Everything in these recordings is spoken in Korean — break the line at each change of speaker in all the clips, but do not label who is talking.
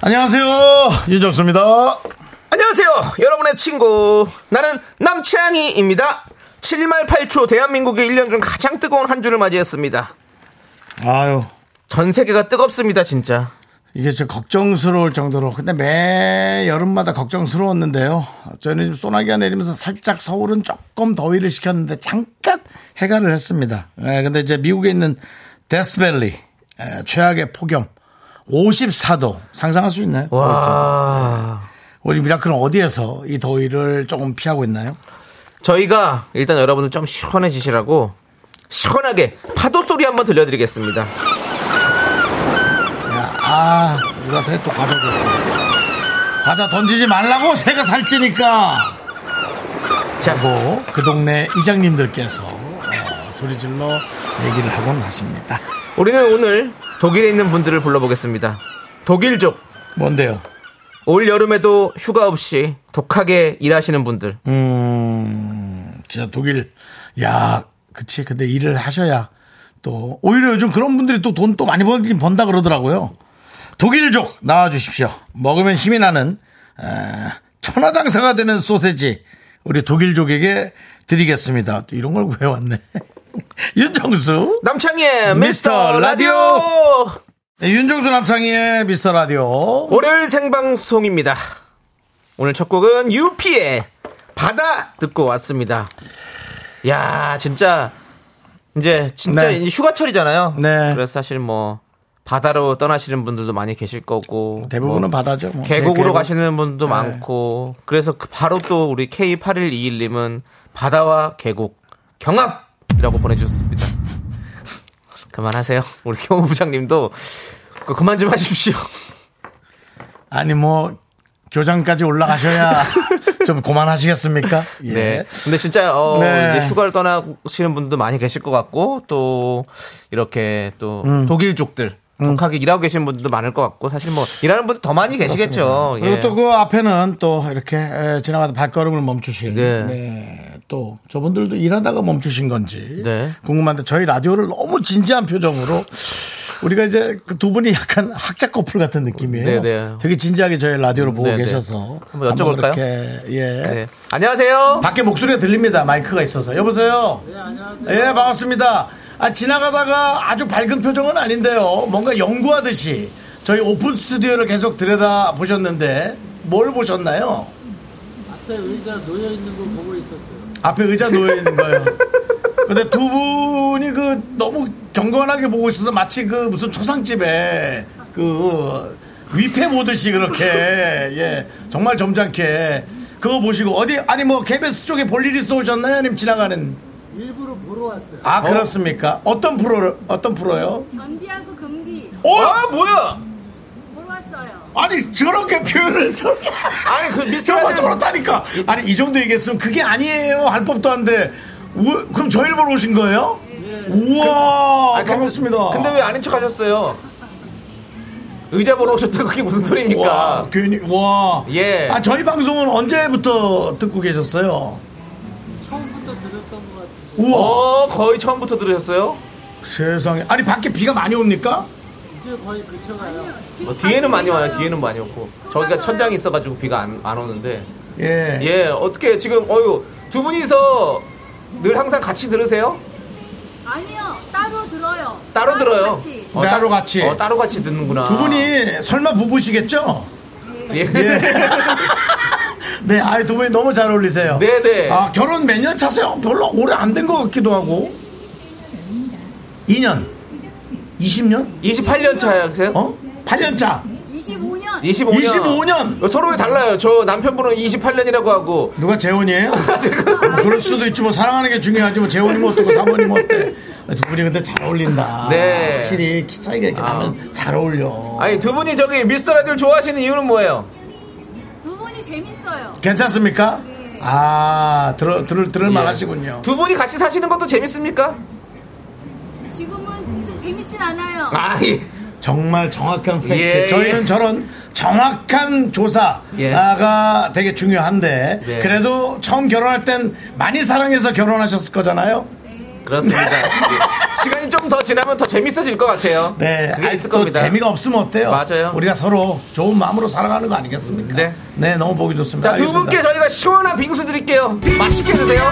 안녕하세요. 윤정수입니다.
안녕하세요. 여러분의 친구. 나는 남창희입니다. 7말 8초 대한민국의 1년 중 가장 뜨거운 한 주를 맞이했습니다.
아유,
전 세계가 뜨겁습니다, 진짜.
이게 좀 걱정스러울 정도로. 근데 매 여름마다 걱정스러웠는데요. 저는 지금 소나기가 내리면서 살짝 서울은 조금 더위를 식혔는데 잠깐 해가를 했습니다. 예, 근데 이제 미국에 있는 데스밸리, 예, 최악의 폭염. 54도. 상상할 수 있나요?
와.
우리 미라클은 어디에서 이 더위를 조금 피하고 있나요?
저희가 일단 여러분들 좀 시원해지시라고 시원하게 파도 소리 한번 들려드리겠습니다.
야, 아, 누가 새 또 과자 줬어. 과자 던지지 말라고 새가 살찌니까.
자,
하고 그 동네 이장님들께서 어, 소리 질러 얘기를 하곤 하십니다.
우리는 오늘 독일에 있는 분들을 불러보겠습니다. 독일족.
뭔데요?
올 여름에도 휴가 없이 독하게 일하시는 분들.
음, 진짜 독일. 야, 그치. 근데 일을 하셔야 또, 오히려 요즘 그런 분들이 또 돈 또 많이 벌긴 번다 그러더라고요. 독일족 나와주십시오. 먹으면 힘이 나는, 에, 천하장사가 되는 소세지. 우리 독일족에게 드리겠습니다. 또 이런 걸 구해왔네. 윤정수.
남창희의
미스터
미스터
라디오.
라디오!
네, 윤정수 남창희의 미스터 라디오.
월요일 생방송입니다. 오늘 첫 곡은 유피의 바다 듣고 왔습니다. 야 진짜 이제 진짜
네.
이제 휴가철이잖아요.
네.
그래서 사실 뭐 바다로 떠나시는 분들도 많이 계실 거고
대부분은
뭐
바다죠. 뭐.
계곡으로
계곡. 네.
가시는 분도 많고 그래서 그 바로 또 우리 K8121님은 바다와 계곡 경합이라고 보내주셨습니다. 그만하세요. 우리 경호부장님도 그거 그만 좀 하십시오.
아니, 뭐, 교장까지 올라가셔야 좀 그만하시겠습니까? 예.
네. 근데 진짜 어,
네.
이제 휴가를 떠나시는 분도 많이 계실 것 같고 또 이렇게 또
음,
독일족들 독하게 일하고 계신 분들도 많을 것 같고 사실 뭐 일하는 분들 더 많이 계시겠죠.
그리고
예.
또 그 앞에는 또 이렇게 에, 지나가다 발걸음을 멈추신 네.
네.
또 저분들도 일하다가 멈추신 건지
네.
궁금한데 저희 라디오를 너무 진지한 표정으로 우리가 이제 그 두 분이 약간 학자 커플 같은 느낌이에요.
네, 네.
되게 진지하게 저희 라디오를 보고
네, 네.
계셔서
한번 여쭤볼까요?
이렇게 예.
네. 안녕하세요.
밖에 목소리가 들립니다. 마이크가 있어서. 여보세요? 네, 안녕하세요. 예, 반갑습니다. 아, 지나가다가 아주 밝은 표정은 아닌데요. 뭔가 연구하듯이 저희 오픈 스튜디오를 계속 들여다 보셨는데 뭘 보셨나요? 앞에 의자 놓여 있는 거 보고 있었어요. 앞에 의자 놓여 있는 거예요. 근데 두 분이 그 너무 경건하게 보고 있어서 마치 그 무슨 초상집에 그 위패 보듯이 그렇게 예 정말 점잖게 그거 보시고 어디 아니 뭐 KBS 쪽에 볼 일이 있어 오셨나요? 아니면 지나가는
일부러 보러 왔어요.
아 그렇습니까? 어떤 프로 어떤 프로요?
견디하고 금디
어
아 뭐야?
보러 왔어요.
아니 저렇게 표현을 저렇게
아니 그
저만
미스터라디오
저렇다니까 아니 이 정도 얘기했으면 그게 아니에요 할 법도 한데 우- 그럼 저 일본 오신 거예요? 우와
그, 아니, 근데-
반갑습니다.
근데 왜 아닌 척 하셨어요? 의자 보러 오셨다고 그게 무슨 소리입니까?
와, 괜히 와.
예.
아 저희 방송은 언제부터 듣고 계셨어요?
처음부터 들었던 것 같아요.
우와.
어 거의 처음부터 들으셨어요?
세상에. 아니 밖에 비가 많이 옵니까?
이제 거의 그쳐가요.
어, 뒤에는 많이 와요. 뒤에는 뭐- 많이 왔고 저기가 천장이 있어가지고 비가 안, 안 오는데
예.
예 어떻게 지금 어유 두 분이서 늘 항상 같이 들으세요?
아니요 따로 들어요.
따로 들어요.
같이.
어,
따로
따-
같이.
어, 따로 같이 듣는구나.
두
아.
분이 설마 부부시겠죠?
예.
예. 네, 아이 두 분이 너무 잘 어울리세요.
네네.
아, 결혼 몇 년 차세요? 별로 오래 안 된 것 같기도 하고. 2년. 20년?
28년 차세요?
어? 8년 차.
25년
25년.
25년.
서로에 달라요. 저 남편분은 28년이라고 하고
누가 재혼이에요? 그럴 수도 있지 뭐 사랑하는 게 중요하지 뭐 재혼이면 어떻고 사모님은 어때? 두 분이 근데 잘 어울린다.
네. 아.
확실히 키 차이가 이렇게 나면 잘 어울려.
아니 두 분이 저기 미스터 라디오를 좋아하시는 이유는 뭐예요?
괜찮습니까? 아, 들어, 들을, 들을
예.
만하시군요.
두 분이 같이 사시는 것도 재밌습니까?
지금은 좀 재밌진 않아요.
아, 예.
정말 정확한 팩트.
예,
저희는
예.
저런 정확한 조사가
예.
되게 중요한데
네.
그래도 처음 결혼할 땐 많이 사랑해서 결혼하셨을 거잖아요.
그렇습니다. 예. 시간이 좀 더 지나면 더 재밌어질 것 같아요.
네,
그게
아니,
있을
또
겁니다.
재미가 없으면 어때요?
맞아요.
우리가 서로 좋은 마음으로 살아가는 거 아니겠습니까?
네.
네, 너무 보기 좋습니다.
자, 두 분께
알겠습니다.
저희가 시원한 빙수 드릴게요. 맛있게 드세요.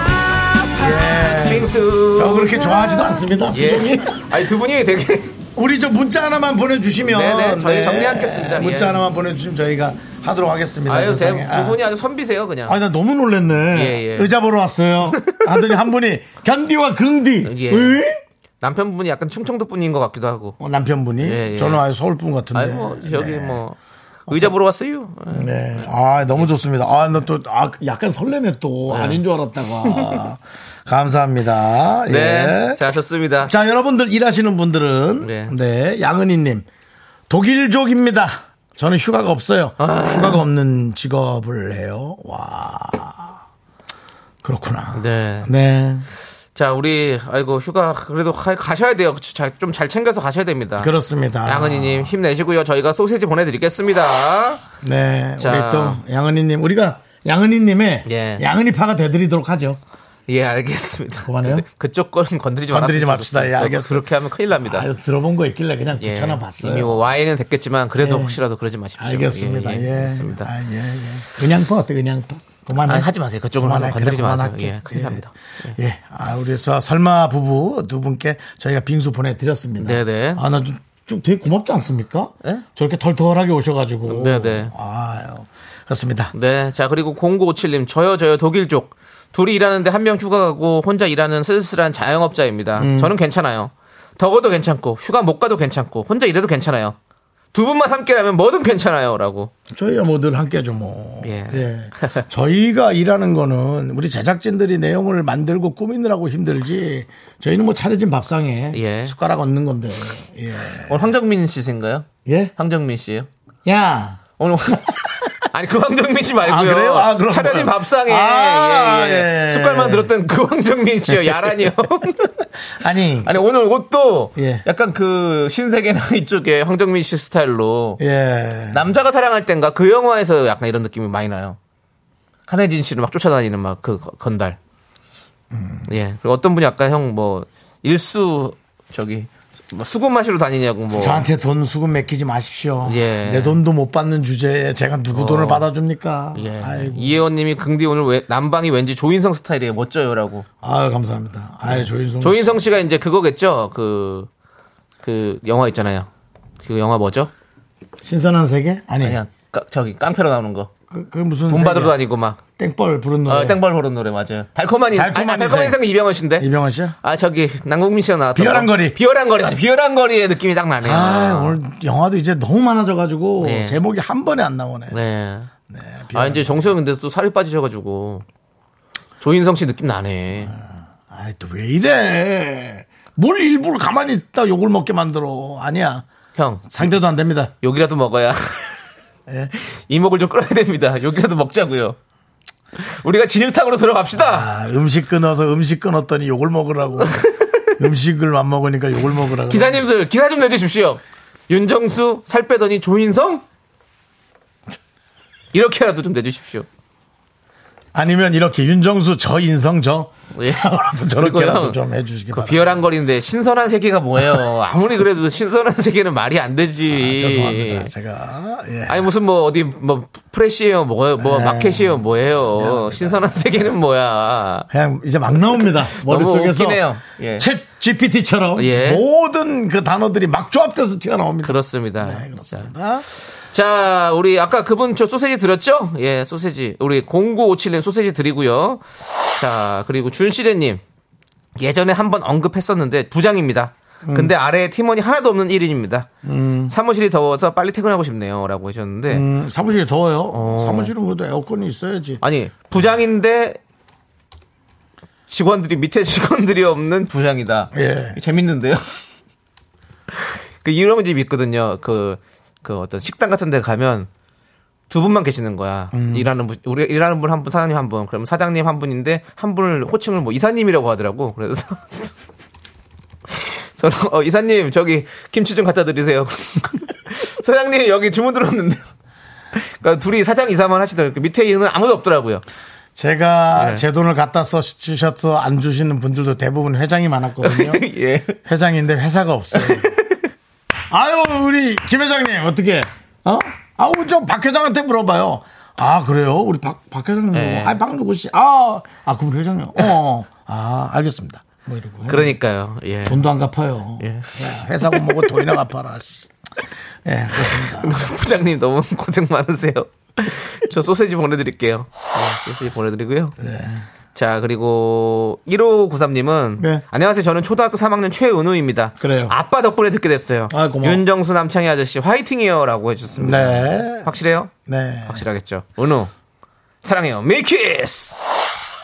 예. 저
빙수.
그렇게 좋아하지도 않습니다.
예.
분명히.
아니, 두 분이 되게.
우리 저 문자 하나만 보내주시면
네네, 저희 정리하겠습니다.
문자
예.
하나만 보내주시면 저희가 하도록 하겠습니다.
아유, 대-
세상에. 아.
두 분이 아주 선비세요, 그냥.
아니 나 너무 놀랬네.
예, 예.
의자 보러 왔어요. 하더니 한 분이 견디와 긍디.
예.
으이?
남편분이 약간 충청도 분인 것 같기도 하고.
어, 남편분이
예, 예.
저는 아예 서울 분 같은데.
아니, 뭐, 여기 뭐. 의자 보러 왔어요?
네. 아 너무 좋습니다. 아 나 또 약간 설레네 또 아닌 줄 알았다가. 감사합니다. 예.
네. 자, 좋습니다.
자, 여러분들 일하시는 분들은 네,
네.
양은희님 독일족입니다. 저는 휴가가 없어요.
아.
휴가가 없는 직업을 해요. 와 그렇구나.
네.
네.
자, 우리, 아이고, 휴가, 그래도 가, 가셔야 돼요. 좀 잘 챙겨서 가셔야 됩니다.
그렇습니다.
아, 양은희님, 힘내시고요. 저희가 소세지 보내드리겠습니다.
네,
자.
우리 또 양은희님 우리가 양은희님의
예.
양은희파가 되드리도록 하죠.
예, 알겠습니다.
그만해요?
근데 그쪽 거는 건드리지 마.
건드리지 맙시다. 예, 알겠습니다.
그렇게 하면 큰일 납니다.
아, 들어본 거 있길래 그냥
네. 예,
귀찮아 봤어요.
이미 뭐 와인은 됐겠지만 그래도
예.
혹시라도 그러지 마십시오.
알겠습니다. 예,
알겠습니다.
아, 예, 예. 은양파 어때? 은양파 그만해.
아, 하지 마세요. 그쪽은
그만해.
항상 건드리지
그래,
마세요.
그만할게.
예, 큰일 납니다.
예. 아, 우리 서 설마 부부 두 분께 저희가 빙수 보내드렸습니다.
네네.
아, 나 좀, 좀 되게 고맙지 않습니까?
예?
저렇게 털털하게 오셔가지고.
네네.
아유. 그렇습니다.
네. 자, 그리고 0957님. 저요, 저요, 독일족. 둘이 일하는데 한 명 휴가 가고 혼자 일하는 쓸쓸한 자영업자입니다.
음.
저는 괜찮아요. 더워도 괜찮고, 휴가 못 가도 괜찮고, 혼자 일해도 괜찮아요. 두 분만 함께라면 뭐든 괜찮아요. 라고.
저희야 뭐 늘 함께하죠 뭐. 예.
예.
저희가 일하는 거는 우리 제작진들이 내용을 만들고 꾸미느라고 힘들지 저희는 뭐 차려진 밥상에
예.
숟가락 얹는 건데. 예.
오늘 황정민 씨인가요?
예?
황정민 씨예요
야.
오늘 아니 그 황정민 씨 말고요.
아, 그래요? 아, 그럼.
차려진 밥상에
아,
예, 예.
예.
숟갈만 들었던 그 황정민 씨요. 야란이요.
아니.
아니 오늘 옷도
예.
약간 그 신세계나 이쪽에 황정민 씨 스타일로
예.
남자가 사랑할 땐가 그 영화에서 약간 이런 느낌이 많이 나요. 한혜진 씨를 막 쫓아다니는 막 그 건달. 예. 그리고 어떤 분이 아까 형 뭐 일수 저기 뭐 수건 마시러 다니냐고 뭐
저한테 돈 수금 맡기지 마십시오.
예. 어.
내 돈도 못 받는 주제에 제가 누구 돈을 받아줍니까?
예.
아이고.
이혜원님이 긍디 오늘 왜- 남방이 왠지 조인성 스타일이에요. 멋져요라고.
아유, 감사합니다. 아유, 조인성.
예. 조인성 씨가 이제 그거겠죠. 그, 그 영화 있잖아요. 그 영화 뭐죠?
씨. 신선한 세계? 아니.
그냥 까- 저기 깡패로 나오는 거.
그, 그 무슨.
돈 받으러
세계야?
다니고 막
땡벌 부른 노래.
어, 땡벌 호른 노래 맞아요. 달콤한 인생.
달콤한
아, 달콤한
인생.
인생 이병헌 씨인데.
이병헌 씨?
아 저기 남궁민 씨가 나왔던
비열한
거.
거리.
비열한 거리. 맞아. 비열한 거리의 느낌이 딱 나네요.
아, 오늘 영화도 이제 너무 많아져가지고
예.
제목이 한 번에 안 나오네.
네.
네,
아
비열한
이제 정수영 근데 또 살이 빠지셔가지고 조인성 씨 느낌 나네.
아이 또 왜 이래? 뭘 일부러 가만히 있다 욕을 먹게 만들어? 아니야.
형
상대도 안 됩니다.
욕이라도 먹어야
예.
이목을 좀 끌어야 됩니다. 욕이라도 먹자고요. 우리가 진흙탕으로 들어갑시다.
아, 음식 끊어서 음식 끊었더니 욕을 먹으라고. 음식을 안 먹으니까 욕을 먹으라고.
기사님들 기사 좀 내주십시오. 윤정수 살 빼더니 조인성 이렇게라도 좀 내주십시오.
아니면 이렇게 윤정수 저 인성 저
예.
라도 저렇게라도
그리고요,
좀 해주시기
그
바랍니다.
비열한 거리인데 신선한 세계가 뭐예요? 아무리 그래도 신선한 세계는 말이 안
아,
되지.
죄송합니다. 제가 예.
아니 무슨 뭐 어디 뭐 프레시예요 뭐예요 뭐
네.
마켓이에요 뭐예요 신선한 세계는 뭐야
그냥 이제 막 나옵니다. 머릿속에서
웃기네요. 예.
챗 GPT처럼
예.
모든 그 단어들이 막 조합돼서 튀어나옵니다.
그렇습니다. 자,
네, 그렇습니다.
자, 우리 아까 그분 저 소세지 드렸죠? 예, 소세지. 우리 0957님 소세지 드리고요. 자, 그리고 준시래님. 예전에 한번 언급했었는데 부장입니다.
음.
근데 아래에 팀원이 하나도 없는 1인입니다. 사무실이 더워서 빨리 퇴근하고 싶네요. 라고 하셨는데.
음, 사무실이 더워요. 사무실은 그래도 에어컨이 있어야지.
어. 아니, 부장인데 직원들이 밑에 직원들이 없는 부장이다.
예.
재밌는데요? 그 이런 집 있거든요. 그, 그 어떤 식당 같은 데 가면 두 분만 계시는 거야. 일하는 분, 우리 일하는 분 한 분, 사장님 한 분. 그러면 사장님 한 분인데 한 분을 호칭을 뭐 이사님이라고 하더라고. 그래서 저는 어, 이사님 저기 김치 좀 갖다 드리세요. 사장님 여기 주문 들었는데요. 그러니까 둘이 사장 이사만 하시더라고요. 그 밑에 있는 아무도 없더라고요.
제가
네.
제 돈을 갖다 써 주셔서 안 주시는 분들도 대부분 회장이 많았거든요.
예.
회장인데 회사가 없어요. 아유 우리 김 회장님 어떻게? 어? 아우 저 박 회장한테 물어봐요. 아 그래요? 우리 박 박 회장님 누구?
네.
아박 누구시? 아아 그럼 회장님. 어. 아 알겠습니다. 뭐 이러고.
그러니까요. 예.
돈도 안 갚아요.
예.
야, 회사고 뭐고 돈이나 갚아라. 씨. 예 그렇습니다.
부장님 너무 고생 많으세요. 저 소세지 보내드릴게요. 네, 소세지 보내드리고요. 자 그리고 1593님은
네.
안녕하세요. 저는 초등학교 3학년 최은우입니다.
그래요.
아빠 덕분에 듣게 됐어요.
아, 고마워.
윤정수 남창희 아저씨 화이팅이요라고 해주셨습니다.
네.
확실해요?
네
확실하겠죠. 은우 사랑해요. 메이키스.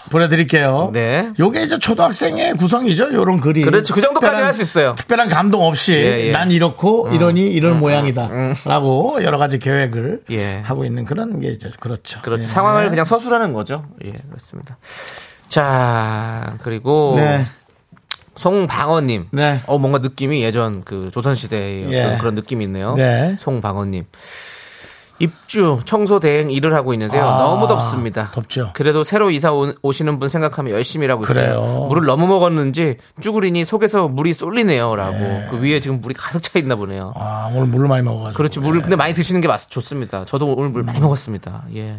보내드릴게요.
네.
요게 이제 초등학생의 구성이죠. 요런 글이.
그렇죠. 그 정도까지
특별한-
할수 있어요.
특별한 감동 없이
예, 음, 예.
난 이렇고 이러니 이런 모양이다. 라고 여러 가지 계획을
예.
하고 있는 그런 게 이제 그렇죠.
그렇죠.
예.
상황을 그냥 서술하는 거죠. 예 그렇습니다. 자 그리고
네.
송방어님.
네.
어, 뭔가 느낌이 예전 그 조선시대의 어떤
예.
그런 느낌이 있네요.
네.
송방어님. 입주, 청소 대행 일을 하고 있는데요.
아,
너무 덥습니다.
덥죠.
그래도 새로 이사 오- 오시는 분 생각하면 열심히 일하고 있어요.
그래요.
물을 너무 먹었는지 쭈그리니 속에서 물이 쏠리네요. 라고.
예.
그 위에 지금 물이 가득 차 있나 보네요.
아, 오늘 물을 많이 먹어가지고.
그렇지. 그렇죠. 물을 근데 많이 드시는 게 맞, 좋습니다. 저도 오늘 물
음.
많이 먹었습니다. 예.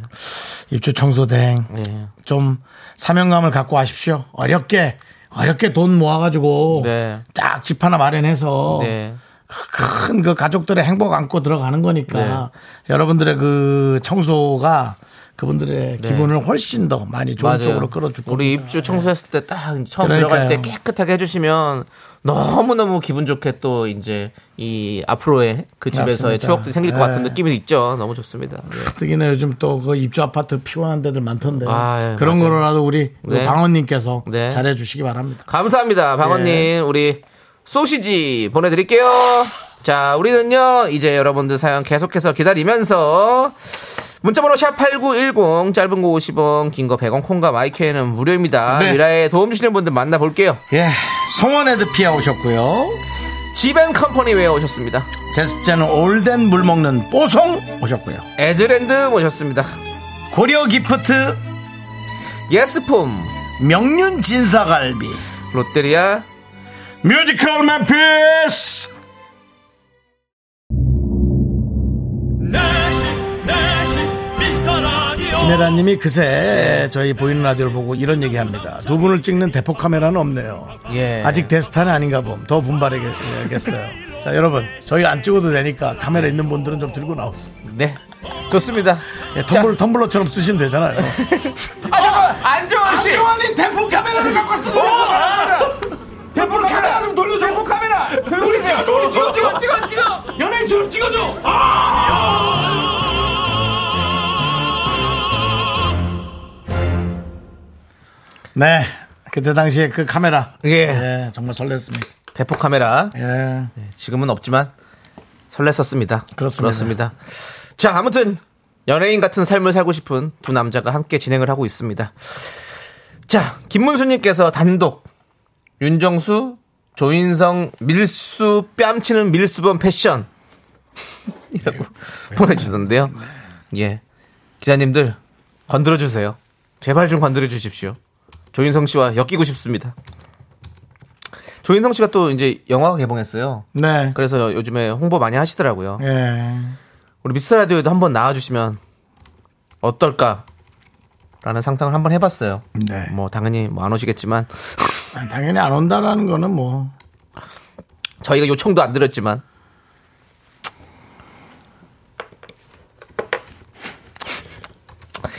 입주 청소대행.
예.
좀 사명감을 갖고 하십시오. 어렵게, 어렵게 돈 모아가지고.
네.
쫙 집 하나 마련해서.
네.
큰 그 가족들의 행복 안고 들어가는
네.
거니까 여러분들의 그 청소가 그분들의
네.
기분을 훨씬 더 많이 좋은 쪽으로 끌어줄 겁니다. 네.
우리 입주 청소했을 때 딱 처음
그러니까요.
들어갈 때 깨끗하게 해주시면 너무 너무 기분 좋게 또 이제 이 앞으로의 그 집에서의
맞습니다.
추억들이 생길 것
네.
같은 느낌이 있죠. 너무 좋습니다. 예.
특히나 요즘 또 그 입주 아파트 피곤한 데들 많던데
아, 예,
그런
맞아요.
거로라도 우리 그
네.
방원님께서
네.
잘해주시기 바랍니다.
감사합니다, 방언님.
예.
우리 소시지 보내드릴게요. 자, 우리는요 이제 여러분들 사연 계속해서 기다리면서. 문자번호 샵8910 짧은 거 50원 긴 거 100원 콩과 마이크에는 무료입니다
네.
미라에 도움 주시는 분들 만나볼게요
예, 성원에드 피아 오셨고요.
지벤 컴퍼니 웨어 오셨습니다
제습제는 올덴 물 먹는 뽀송 오셨고요.
에즈랜드 모셨습니다.
고려 기프트
예스폼
명륜 진사갈비
롯데리아
뮤지컬 맨피스
내시 내시 미스터 라디오
김혜라님이 그새 저희 보이는 라디오를 보고 이런 얘기합니다. 두 분을 찍는 대포 카메라는 없네요.
예.
아직 데스타는 아닌가 봄. 더 분발해야겠어요. 자 여러분 저희 안 찍어도 되니까 카메라 있는 분들은 좀 들고 나오세요.
네 좋습니다.
예, 텀블러, 텀블러처럼 쓰시면 되잖아요.
안정환 씨,
안정환이 대포 카메라를 갖고 왔어. 대포 카메라 좀 돌려줘. 대포 카메라. 우리 찍어줘. 우리 찍어 찍어 찍어 찍어. 연예인처럼 찍어줘. 아! 네. 그때 당시에 그 카메라.
예.
예, 정말 설렜습니다.
대포 카메라
예.
지금은 없지만 설렜었습니다.
그렇습니다.
그렇습니다. 자 아무튼 연예인 같은 삶을 살고 싶은 두 남자가 함께 진행을 하고 있습니다. 자 김문수님께서 단독 윤정수 조인성 밀수 뺨치는 밀수범 패션 이라고
네.
보내주던데요. 예. 기자님들, 건드려주세요. 제발 좀 건드려주십시오. 조인성 씨와 엮이고 싶습니다. 조인성 씨가 또 이제 영화가 개봉했어요.
네.
그래서 요즘에 홍보 많이 하시더라고요.
예.
우리 미스터 라디오에도 한번 나와주시면 어떨까? 라는 상상을 한번 해봤어요.
네.
뭐, 당연히 뭐 안 오시겠지만,
아, 당연히 안 온다라는 거는 뭐
저희가 요청도 안 드렸지만,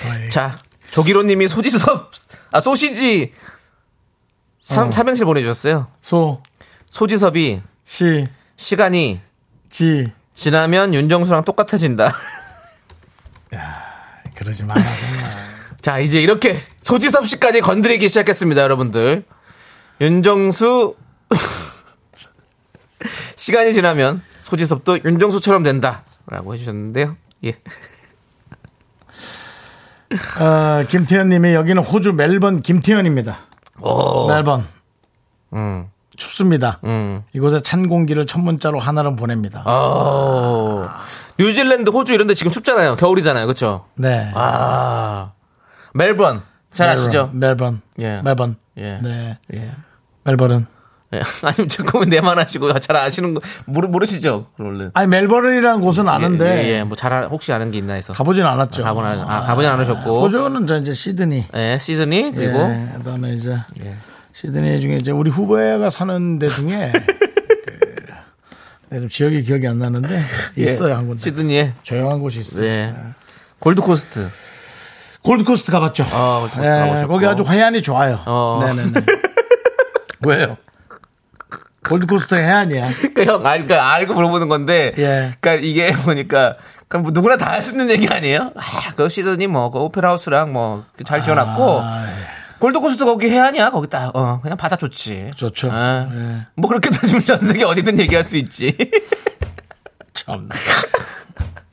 거의
자, 조기로님이 소지섭, 아, 소시지 삼, 삼행실 보내주셨어요.
소,
소지섭이
시,
시간이
지.
지나면 윤정수랑 똑같아진다.
그러지 마라. 정말.
자, 이제 이렇게 소지섭 씨까지 건드리기 시작했습니다, 여러분들. 윤정수 시간이 지나면 소지섭도 윤정수처럼 된다라고 해주셨는데요. 예.
어, 김태현님이 여기는 호주 멜번 김태현입니다.
어.
멜번
음,
춥습니다.
음.
이곳에 찬 공기를 첫 문자로 하나는 보냅니다.
아, 어. 뉴질랜드, 호주 이런데 지금 춥잖아요. 겨울이잖아요, 그렇죠?
네.
아, 멜번 잘
멜번,
아시죠?
멜번.
예.
멜번.
예.
네.
예.
멜버른.
예. 아니면 잠깐만 내만 하시고 잘 아시는 거 모르 모르시죠? 원래.
아니 멜버른이라는 곳은 아는데
예, 예, 뭐잘 아- 혹시 아는 게 있나 해서.
가보진 않았죠.
가보진 않- 아, 가보진 않으셨고.
호주는 저 이제 시드니.
예, 시드니 그리고
예, 그다음에 이제 시드니 중에 이제 우리 후배가 사는 데 중에 그, 네, 좀 지역이 기억이 안 나는데 있어요 한 군데.
예. 시드니에
조용한 곳이 있어요. 네.
예. 골드코스트.
골드코스트 가봤죠.
아, 골드코스트
예,
가보셨고.
거기 아주 해안이 좋아요.
어.
네네네. 왜요? 골드코스트 해안이야.
그러니까 형, 아, 그러니까 알고 물어보는 건데.
예.
그러니까 이게 보니까 그냥 뭐 누구나 다 할 수 있는 얘기 아니에요? 아, 그 시드니 뭐그 오페라 하우스랑 뭐 잘 지어놨고
아,
골드코스트 거기 해안이야 거기 딱 어, 그냥 바다 좋지.
좋죠.
예.
예.
뭐 그렇게 따지면 전 세계 어디든 얘기할 수 있지.
참.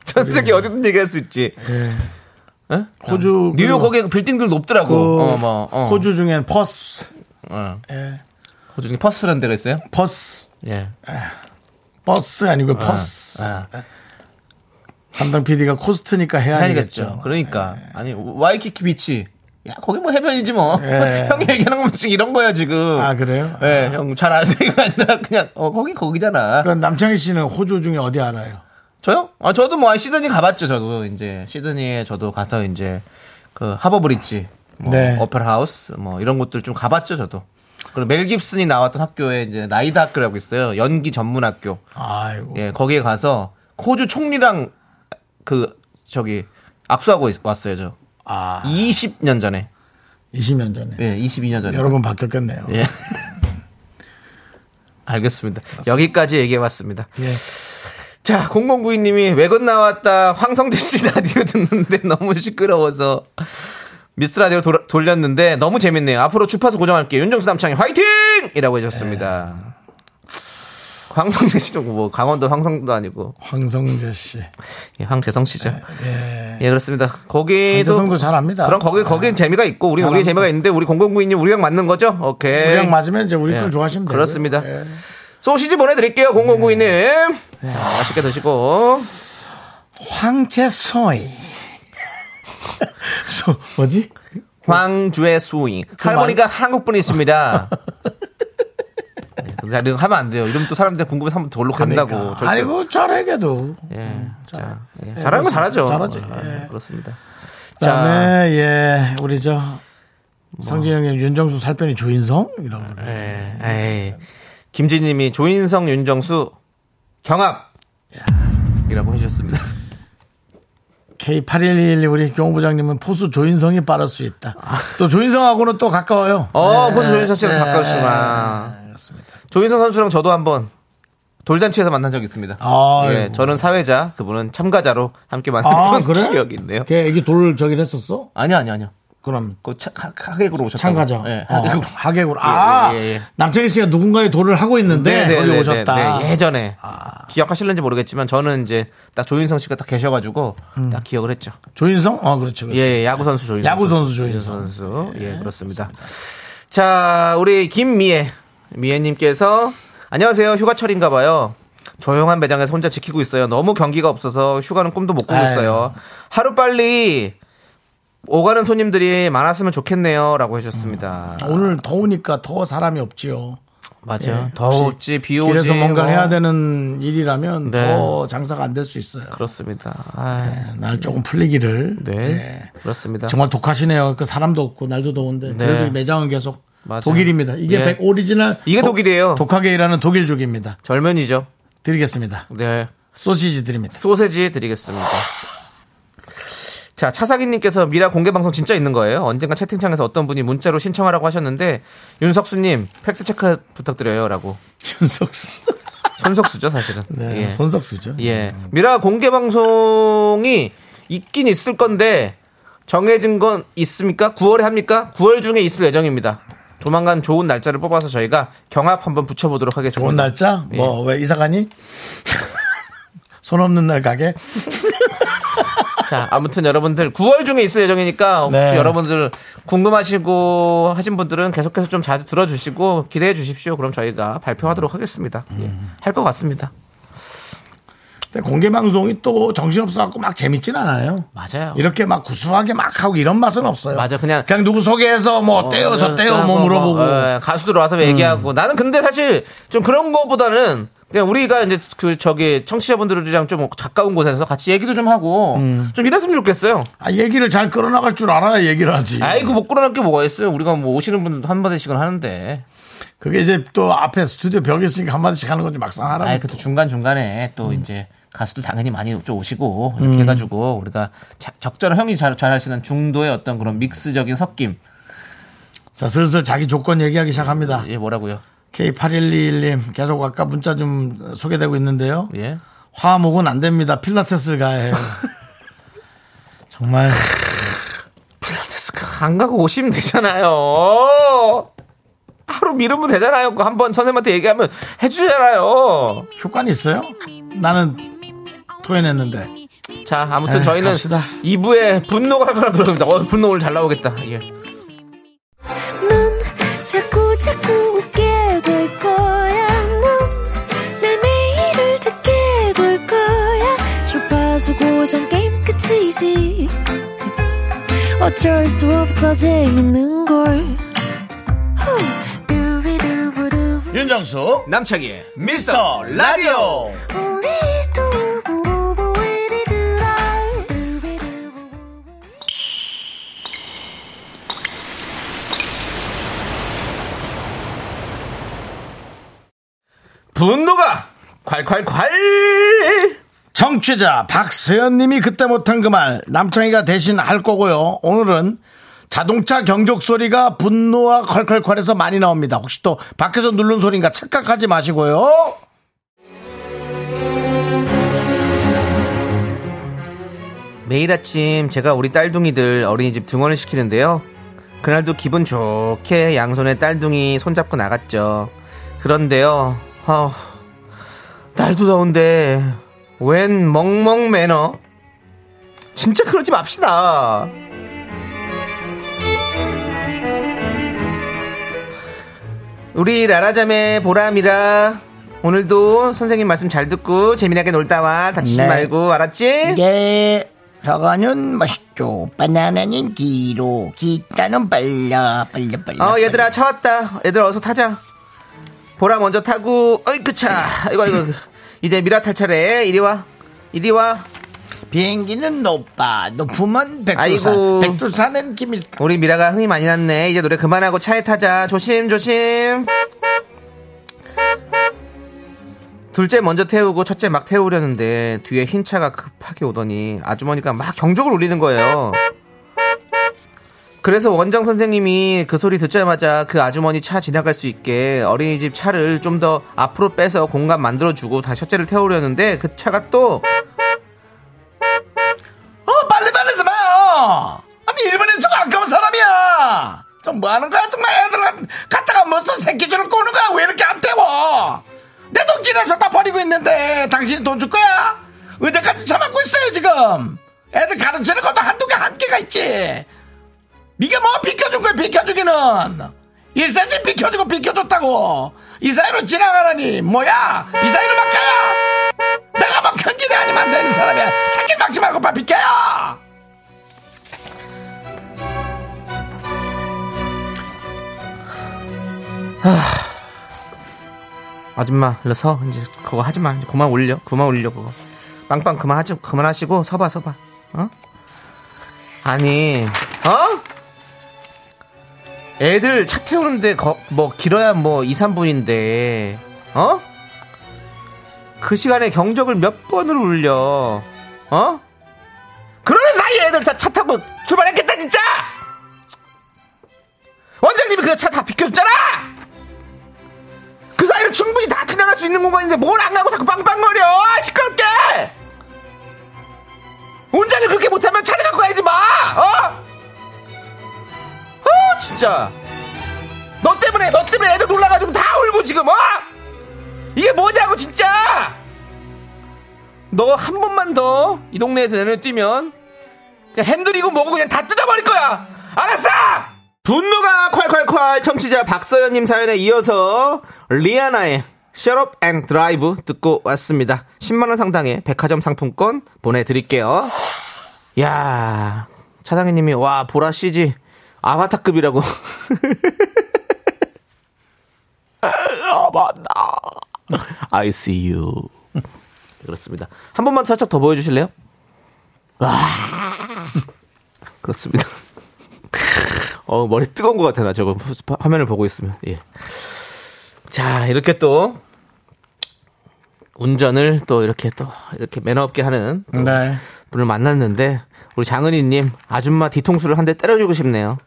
전 세계 어디든 얘기할 수 있지. 예?
호주 그리고
뉴욕 거기 빌딩들 높더라고.
그
어, 뭐, 어.
호주 중엔 퍼스.
어.
예.
호주 중에 퍼스라는 데가 있어요?
퍼스.
예.
버스
어.
아니고 퍼스. 담당 PD가 코스트니까
해안이겠죠.
해안이겠죠.
그러니까 아니 와이키키 비치. 야 거기 뭐 해변이지 뭐.
예.
형이 얘기하는 건 지금 이런 거야 지금.
아, 그래요?
예, 형 잘 아세요 이거 아니라 그냥 어 거기 거기잖아.
그럼 그러니까 남창희 씨는 호주 중에 어디 알아요?
저요? 아 저도 뭐 시드니 가봤죠. 저도 이제 시드니에 저도 가서 이제 그 하버 브릿지, 뭐
네.
오페라 하우스 뭐 이런 곳들 좀 가봤죠 저도. 그리고 멜 깁슨이 나왔던 학교에 이제 나이다 학교라고 있어요. 연기 전문 학교.
아이고.
예, 거기에 가서 호주 총리랑 그 저기 악수하고 있- 왔어요 저.
아.
20년 전에.
20년 전에.
예, 22년 전에.
여러 번 바뀌었겠네요.
예. 알겠습니다. 여기까지 얘기해봤습니다.
예.
자, 0092님이 외근 나왔다 황성재 씨 라디오 듣는데 너무 시끄러워서 미스 라디오 돌- 돌렸는데 너무 재밌네요. 앞으로 주파수 고정할게요. 윤정수 남창이 화이팅! 이라고 해주셨습니다. 황성재 씨도 뭐 강원도 황성도 아니고
황성재 씨.
예, 황재성 씨죠. 예. 그렇습니다. 거기도
황재성도 잘합니다. 네.
그럼 거기 거긴 재미가 있고 우리 우리
잘합니다.
재미가 있는데 우리 0092님 우리랑 맞는 거죠? 오케이.
우량 맞으면 이제 우리
예.
걸 좋아하시면 돼요. 예.
그렇습니다. 소시지 보내드릴게요, 0092님.
네.
자, 맛있게 드시고.
황채소이. 소, 뭐지?
광주의 수인.
그
할머니가 한국분이십니다. 자, 이거 하면 안 돼요. 이러면 또 사람들 궁금해서 한번 돌로 간다고. 절대.
그러니까. 아니고 그 음, 저에게도.
예. 자, 예. 잘하는 건 잘하죠.
잘하죠. 예.
아, 그렇습니다. 자,
그다음에 예 우리 저 성진 형님 윤정수 살편이 조인성이라고 그래요.
예. 에이. 김진님이 조인성, 윤정수, 경합! 이라고 해주셨습니다.
K8121 우리 경호부장님은 포수 조인성이 빠를 수 있다. 또 조인성하고는 또 가까워요.
아. 어,
네.
보수 조인성 씨랑
네.
가까우시구나. 조인성 선수랑 저도 한번 돌잔치에서 만난 적이 있습니다.
아이고.
예, 저는 사회자, 그분은 참가자로 함께
아
만났던
그래?
기억이 있네요.
걔 애기 돌 저기를 했었어?
아니요, 아니요, 아니요.
그럼
그 차, 하- 하객으로 오셨다.
참가자.
예,
어,
하객으로.
하객으로. 아
예, 예, 예.
남창희 씨가 누군가의 돌을 하고 있는데
네, 네,
거기
네,
오셨다. 아.
네, 네. 예전에 기억하실는지 모르겠지만 저는 이제 딱 조인성 씨가 딱 계셔가지고
음.
딱 기억을 했죠.
조인성? 어 그렇죠. 그렇죠.
예, 예, 야구 선수 조인성.
야구 선수 조인성.
선수. 예, 그렇습니다. 자, 우리 김미애. 미애님께서 안녕하세요. 휴가철인가 봐요. 조용한 매장에서 혼자 지키고 있어요. 너무 경기가 없어서 휴가는 꿈도 못 꾸고
아유.
있어요. 하루빨리 오가는 손님들이 많았으면 좋겠네요. 라고 해주셨습니다.
음, 오늘 더우니까 더 사람이 없지요.
맞아요.
예,
더웠지, 비 오지.
길에서 뭔가
뭐.
해야 되는 일이라면
네.
더 장사가 안 될 수 있어요.
그렇습니다. 아,
날 조금 풀리기를.
네.
예.
그렇습니다.
정말 독하시네요. 그 사람도 없고 날도 더운데
네.
그래도 이 매장은 계속
맞아요.
독일입니다. 이게
예.
백 오리지널
이게
독-
독일이에요.
독하게 일하는 독일족입니다.
절면이죠.
드리겠습니다.
네.
소시지 드립니다.
소세지 드리겠습니다. 자, 차사기님께서 미라 공개 방송 진짜 있는 거예요. 언젠가 채팅창에서 어떤 분이 문자로 신청하라고 하셨는데, 윤석수님, 팩트 체크 부탁드려요. 라고.
손석수.
손석수죠, 사실은.
네,
예.
손석수죠.
예. 미라 공개 방송이 있긴 있을 건데, 정해진 건 있습니까? 9월에 합니까? 9월 중에 있을 예정입니다. 조만간 좋은 날짜를 뽑아서 저희가 경합 한번 붙여보도록 하겠습니다.
좋은 날짜?
예.
뭐 왜 이사 가니? 손 없는 날 가게?
자, 아무튼 여러분들 9월 중에 있을 예정이니까 혹시
네.
여러분들 궁금하시고 하신 분들은 계속해서 좀 자주 들어주시고 기대해 주십시오. 그럼 저희가 발표하도록 하겠습니다. 예, 할 것 같습니다.
근데 공개 방송이 또 정신없어 갖고 막 재밌진 않아요.
맞아요.
이렇게 막 구수하게 막 하고 이런 맛은 없어요.
맞아, 그냥-
누구 소개해서 뭐 어때요,
어,
저때요
하고
뭐 물어보고. 음.
예, 가수들 와서 얘기하고 나는 근데 사실 좀 그런 거보다는 그냥 우리가 이제 그 저기 청취자분들이랑 좀 가까운 곳에서 같이 얘기도 좀 하고
음.
좀 이랬으면 좋겠어요.
아, 얘기를 잘 끌어나갈 줄 알아야 얘기를 하지.
아이고 못 끌어날 게 뭐가 있어요. 우리가 뭐 오시는 분들도 한 번씩은 하는데.
그게 이제 또 앞에 스튜디오 벽이 있으니까 한마디씩 하는 건지 막상 하라.
아이 그또 음. 중간 중간에 또 이제 가수들 당연히 많이 좀 오시고 이렇게 해가지고 우리가 자- 적절한 형이 잘 잘하시는 중도의 어떤 그런 믹스적인 섞임.
자, 슬슬 자기 조건 얘기하기 시작합니다.
예 뭐라고요?
K8121님, 계속 아까 문자 좀 소개되고 있는데요.
예.
화목은 안 됩니다. 필라테스를 가야 해요. 정말.
데스크 안 가고 오시면 되잖아요. 하루 미루면 되잖아요. 그거 한번 선생님한테 얘기하면 해주잖아요.
효과는 있어요? 나는 토해냈는데.
자, 아무튼
에이,
저희는
갑시다.
2부에 분노가 거라 들어갑니다. 어, 분노 오늘 잘 나오겠다. 예.
넌 자꾸 자꾸 웃게 될 거야. 넌내 매일을 듣게 될 거야. 주파수 고정 게임 끝이지. 어쩔 수 없어 재밌는 걸. 후. 두비두부두.
윤정수,
남창희의
어? 미스터 라디오!
우리 두부부부 우리 두라. 두비두부부.
분노가 콸콸콸!
정취자 박세현님이 그때 못한 그 말 남창희가 대신 할 거고요. 오늘은 자동차 경적 소리가 분노와 컬컬컬해서 많이 나옵니다. 혹시 또 밖에서 누른 소리인가 착각하지 마시고요.
매일 아침 제가 우리 딸둥이들 어린이집 등원을 시키는데요. 그날도 기분 좋게 양손에 딸둥이 손잡고 나갔죠. 그런데요, 아, 날도 더운데 웬 멍멍 매너? 진짜 그러지 맙시다. 우리 라라자매 보람이라 오늘도 선생님 말씀 잘 듣고 재미나게 놀다 와 다치지
네.
말고 알았지?
네, 사과는 맛있죠. 바나나는 길어, 기타는 빨라, 빨라, 빨라.
어 얘들아 차 왔다 얘들아 어서 타자 보라 먼저 타고 어이 그차 이거 이거 이제 미라 탈 차례 이리 와 이리 와
비행기는 높아, 높으면 백두산,
아이고.
백두산은 김일타.
그러니까. 우리 미라가 흥이 많이 났네 이제 노래 그만하고 차에 타자 조심 조심 둘째 먼저 태우고 첫째 막 태우려는데 뒤에 흰 차가 급하게 오더니 아주머니가 막 경적을 울리는 거예요 그래서 원장 선생님이 그 소리 듣자마자 그 아주머니 차 지나갈 수 있게 어린이집 차를 좀 더 앞으로 빼서 공간 만들어주고 다시 첫째를 태우려는데 그 차가 또
어, 빨리 빨리 좀 해요! 아니, 일본에 저거 아까운 사람이야! 좀 뭐 하는 거야, 정말 애들아. 갔다가 무슨 새끼줄을 꼬는 거야? 왜 이렇게 안 태워? 내 돈 길에서 다 버리고 있는데, 당신이 돈 줄 거야? 언제까지 참았고 있어요, 지금? 애들 가르치는 것도 한두 개, 한계가 있지. 네가 뭐 비켜준 거야, 비켜주기는. 1cm 비켜주고 비켜줬다고. 이 사이로 지나가라니, 뭐야? 이 사이로 막가야 내가 막 견기대 아니면 안 되는 사람이야. 찾길 막지 말고 빨리 비켜요!
아줌마 일로 서 이제 그거 하지 마 이제 그만 올려 그만 올려 그거 빵빵 그만 하지 그만 하시고 서봐 서봐 어 아니 어 애들 차 태우는데 거- 뭐 길어야 뭐 2, 3분인데 어 그 시간에 경적을 몇 번을 울려 어 그러는 사이에 애들 다 차 타고 출발했겠다 진짜 원장님이 그래 차 다 비켜줬잖아 그 사이로 충분히 다 지나갈 수 있는 공간인데 뭘 안 가고 자꾸 빵빵거려 시끄럽게 운전을 그렇게 못하면 차를 갖고 가야지 마 어? 어 진짜 너 때문에 너 때문에 애들 놀라가지고 다 울고 지금 어? 이게 뭐냐고 진짜 너 한 번만 더 이 동네에서 내눈에 뛰면 그냥 핸들이고 뭐고 그냥 다 뜯어버릴 거야. 알았어!
분노가 콸콸콸 청취자 박서연님 사연에 이어서 리아나의 Shut Up and Drive 듣고 왔습니다. 10만원 상당의 백화점 상품권 보내드릴게요. 야 차장님이 와 보라 CG 아바타급이라고 아 맞다 I see you 그렇습니다. 한 번만 살짝 더 보여주실래요? 와 그렇습니다. 어, 머리 뜨거운 것 같아, 나 저거. 화면을 보고 있으면. 예.
자, 이렇게 또 운전을 또 이렇게 또 이렇게 매너 없게 하는 또
네.
분을 만났는데 우리 장은희님 아줌마 뒤통수를 한 대 때려주고 싶네요.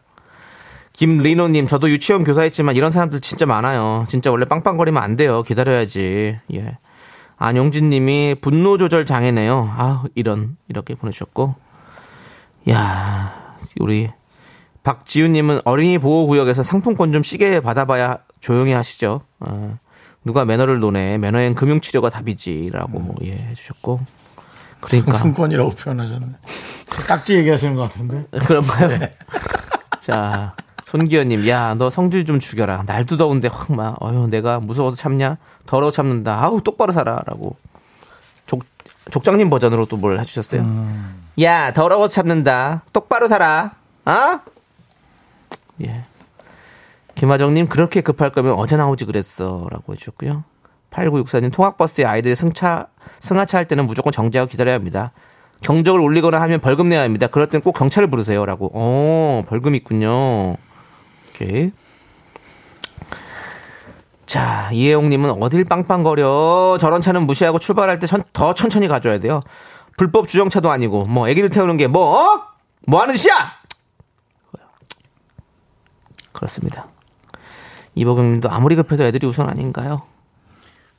김리노님 저도 유치원 교사했지만 이런 사람들 진짜 많아요. 진짜 원래 빵빵거리면 안 돼요. 기다려야지. 예. 안용진님이 분노 조절 장애네요. 아 이런 이렇게 보내주셨고, 야 우리 박지윤님은 어린이 보호 구역에서 상품권 좀 시계 받아봐야 조용히 하시죠. 어, 누가 매너를 노네. 매너엔 금융 치료가 답이지라고 예 해주셨고, 그러니까
상품권이라고 표현하셨네. 아. 딱지 얘기하시는 것 같은데.
그런가요? 자, 손기현님, 야, 너 성질 좀 죽여라. 날도 더운데 확 막, 어휴, 내가 무서워서 참냐? 더러워 참는다. 아우, 똑바로 살아. 라고. 족, 족장님 버전으로 또 뭘 해주셨어요. 야, 더러워 참는다. 똑바로 살아. 어? 예. 김하정님, 그렇게 급할 거면 어제 나오지 그랬어. 라고 해주셨고요. 8964님, 통학버스에 아이들이 승차, 승하차 할 때는 무조건 정지하고 기다려야 합니다. 경적을 올리거나 하면 벌금 내야 합니다. 그럴 땐 꼭 경찰을 부르세요. 라고. 어, 벌금 있군요. 오케이. 자, 이혜용님은 어딜 빵빵거려. 저런 차는 무시하고 출발할 때 더 천천히 가줘야 돼요. 불법 주정차도 아니고, 뭐, 애기들 태우는 게 뭐, 어? 뭐 하는 짓이야! 그렇습니다. 이보경님도 아무리 급해도 애들이 우선 아닌가요?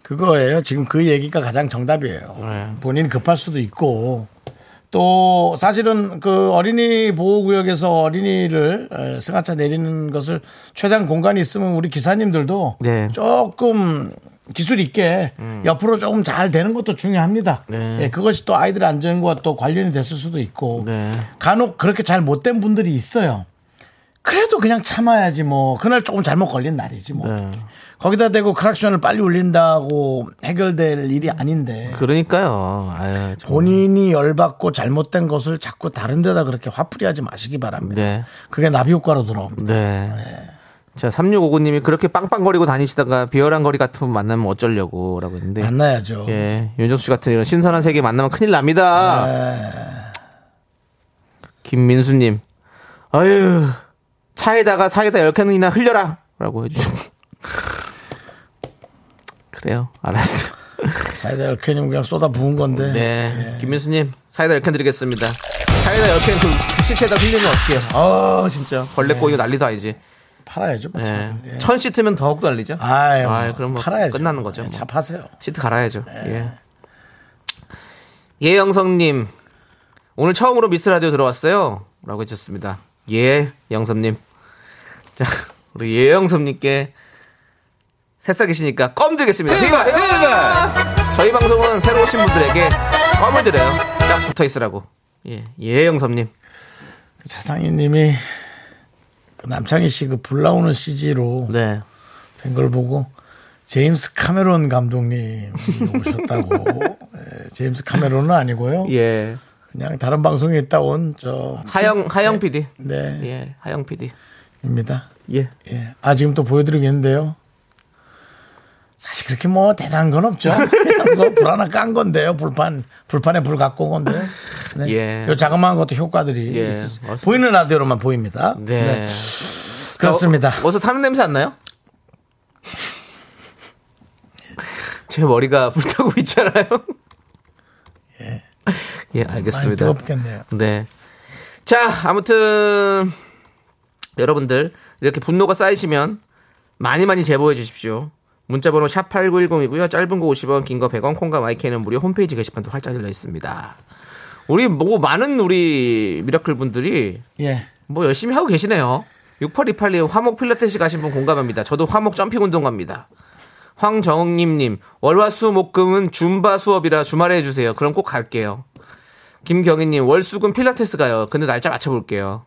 그거예요. 지금 그 얘기가 가장 정답이에요.
네.
본인 이 급할 수도 있고 또 사실은 그 어린이 보호구역에서 어린이를 에, 승하차 내리는 것을 최대한 공간이 있으면 우리 기사님들도
네. 음.
조금 기술 있게 옆으로 조금 잘 되는 것도 중요합니다.
네.
예, 그것이 또 아이들 안전과 또 관련이 됐을 수도 있고
네.
간혹 그렇게 잘 못된 분들이 있어요. 그래도 그냥 참아야지 뭐 그날 조금 잘못 걸린 날이지 뭐
네.
어떡해. 거기다 대고 크락션을 빨리 울린다고 해결될 일이 아닌데
그- 그러니까요. 아유, 참.
본인이 열받고 잘못된 것을 자꾸 다른 데다 그렇게 화풀이하지 마시기 바랍니다.
네.
그게 나비 효과로 돌아옵니다.
네. 자, 3659님이 그렇게 빵빵거리고 다니시다가 비열한 거리 같은 분 만나면 어쩌려고 라고 했는데.
만나야죠.
네. 예. 윤정수 씨 같은 이런 신선한 세계 만나면 큰일 납니다. 김민수님. 아유. 차에다가 사이다 10캔이나 흘려라. 라고 해주시고. 그래요. 알았어요.
사이다 열캔이면 그냥 쏟아 부은 건데.
네. 김민수님. 사이다 10캔 드리겠습니다. 사이다 10캔 그 시체에다 흘리면 어떡해요. 아, 진짜. 벌레 꼬이고 난리도 아니지.
팔아야죠. 뭐
예.
참. 예.
천 시트면 더욱 난리죠.
아유,
아유, 그럼 뭐
팔아야죠.
끝나는 거죠,
예,
뭐.
차 파세요.
시트 갈아야죠. 예. 예영성님, 오늘 처음으로 미스 라디오 들어왔어요. 라고 해주셨습니다. 예, 영섭님. 자, 우리 예영섭님께 새싹이시니까 껌 드리겠습니다. 디바, 디바! 저희 방송은 새로 오신 분들에게 껌을 드려요. 딱 붙어 있으라고. 예, 예영섭님.
그 차상희님이 그 남창희 씨 그 불 나오는 CG로
네.
된 걸 보고 제임스 카메론 감독님 오셨다고. 예, 제임스 카메론은 아니고요.
예.
그냥 다른 방송에 있다 온저
하영, 하영 PD.
네.
예, 하영 PD.
입니다.
예.
예. 아 지금 또 보여드리겠는데요. 사실 그렇게 뭐 대단한 건 없죠. 그냥 뭐불 하나 깐 건데요. 불판 불판에 불 갖고 온 건데. 네.
예.
요 자그마한 것도 효과들이
예,
있을 수-
맞습니다.
보이는 라디오로만 보입니다.
네.
그렇습니다.
어, 어서 타는 냄새 안 나요? 제 머리가 불타고 있잖아요. 예. 예,
많이
알겠습니다.
뜨겁겠네요.
네. 자, 아무튼 여러분들 이렇게 분노가 쌓이시면 많이 많이 제보해 주십시오. 문자 번호 샵 8910이고요. 짧은 거 50원, 긴 거 100원, 콩과 마이크는 무료 홈페이지 게시판도 활짝 열려 있습니다. 우리 뭐 많은 우리 미라클 분들이
예.
뭐 열심히 하고 계시네요. 6828님 화목 필라테스 가신 분 공감합니다. 저도 화목 점핑 운동 갑니다. 황정님님 월화수목금은 줌바 수업이라 주말에 해주세요. 그럼 꼭 갈게요. 김경희님 월수금 필라테스 가요. 근데 날짜 맞춰볼게요.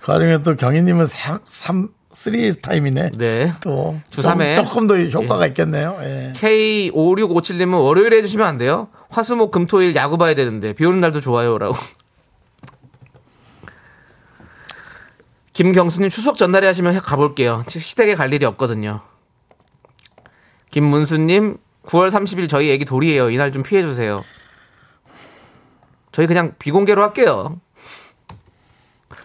그 와중에 또 경희님은 3, 3, 3 타임이네.
네.
또.
주삼에.
좀- 조금 더 효과가 있겠네요. 예.
K5657님은 월요일에 해주시면 안 돼요? 화수목 금토일 야구 봐야 되는데 비 오는 날도 좋아요라고. 김경수님 추석 전날에 하시면 가볼게요. 시댁에 갈 일이 없거든요. 김문수님 9월 30일 저희 애기 돌이에요. 이날 좀 피해 주세요. 저희 그냥 비공개로 할게요.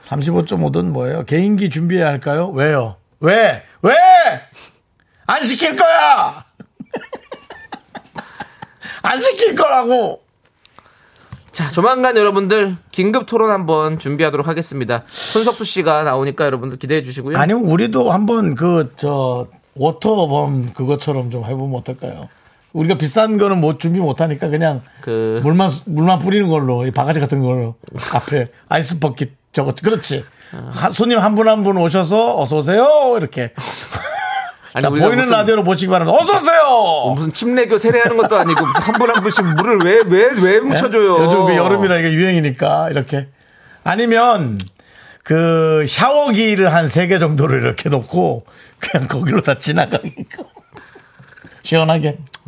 35.5든 뭐예요? 개인기 준비해야 할까요? 왜요? 왜? 왜? 안 시킬 거야! 안 시킬 거라고!
자, 조만간 여러분들 긴급 토론 한번 준비하도록 하겠습니다. 손석수 씨가 나오니까 여러분들 기대해 주시고요.
아니면 우리도 한번 그, 저, 워터범 그것처럼 좀 해보면 어떨까요? 우리가 비싼 거는 못 준비 못 하니까 그냥
그-
물만 물만 뿌리는 걸로 이 바가지 같은 걸로 앞에 아이스 버킷 저거 그렇지 하- 손님 한 분 한 분 오셔서 어서 오세요 이렇게
아니,
자
우리가
보이는
무슨-
라디오로 보시기 바랍니다 어서
어,
오세요
무슨 침례교 세례하는 것도 아니고 한 분 한 분씩 물을 왜 왜 왜 묻혀줘요?
네? 요즘 그 여름이라 이게 유행이니까 이렇게 아니면 그 샤워기를 한 세 개 정도를 이렇게 놓고 그냥 거기로 다 지나가니까 시원하게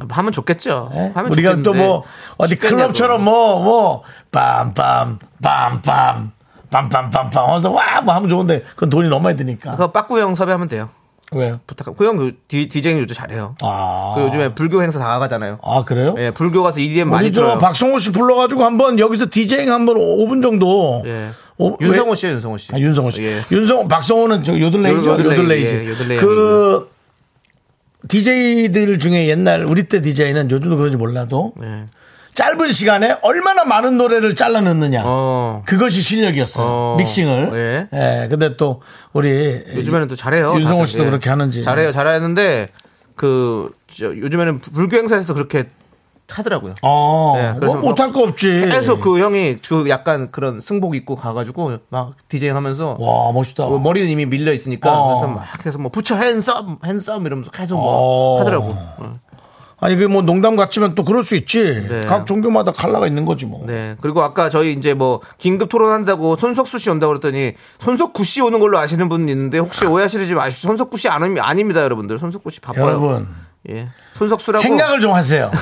하면 좋겠죠.
예?
하면
우리가
좋겠는데
또 뭐 어디
쉽겠냐고.
클럽처럼 뭐 뭐 빰빰 빰빰 빰빰빰빰 하면서 와뭐 하면 좋은데 그건 돈이 너무 많이 드니까
그거 빠꾸 형 섭외하면 돼요.
왜요?
부탁. 그형 디제잉 요즘 잘해요.
아,
그 요즘에 불교 행사 다 가잖아요.
아 그래요?
예, 불교 가서 EDM 많이
우리 저
들어요.
박성호 씨 불러가지고 한번 여기서 디제잉 한번 5분 정도
예.
오- 왜-
윤성호 씨요, 윤성호 씨.
아, 윤성호 씨.
예.
윤성호, 박성호는 저 요들레이죠.
요- 요들레이,
요들레이지.
예, 요들레이
그, DJ들 중에 옛날, 우리 때 DJ는 요즘도 그런지 몰라도
예.
짧은 시간에 얼마나 많은 노래를 잘라 넣느냐.
어.
그것이 실력이었어요.
어.
믹싱을. 예. 근데 또 우리
요즘에는 또 잘해요.
윤성호
다들. 예.
씨도 그렇게 하는지.
잘해요, 잘하는데 그 저, 요즘에는 불교 행사에서도 그렇게 하더라고요.
어,
네, 그래서
뭐 못할 거 없지.
계속 그 형이 그 약간 그런 승복 입고 가가지고 막 디제잉 하면서
와, 멋있다.
뭐 머리는 이미 밀려 있으니까
어.
그래서 막 해서 뭐 붙여 핸섬 핸섬 이러면서 계속
어.
뭐 하더라고. 어.
아니, 그 뭐 농담 같지만 또 그럴 수 있지.
네.
각 종교마다 칼라가 있는 거지 뭐.
네. 그리고 아까 저희 이제 뭐 긴급 토론한다고 손석수 씨 온다고 그랬더니 손석구 씨 오는 걸로 아시는 분 있는데 혹시 오해하시는지 마시죠. 손석구 씨 아니, 아닙니다, 여러분들. 손석구 씨 바빠요.
여러분,
예. 손석수라고.
생각을 좀 하세요.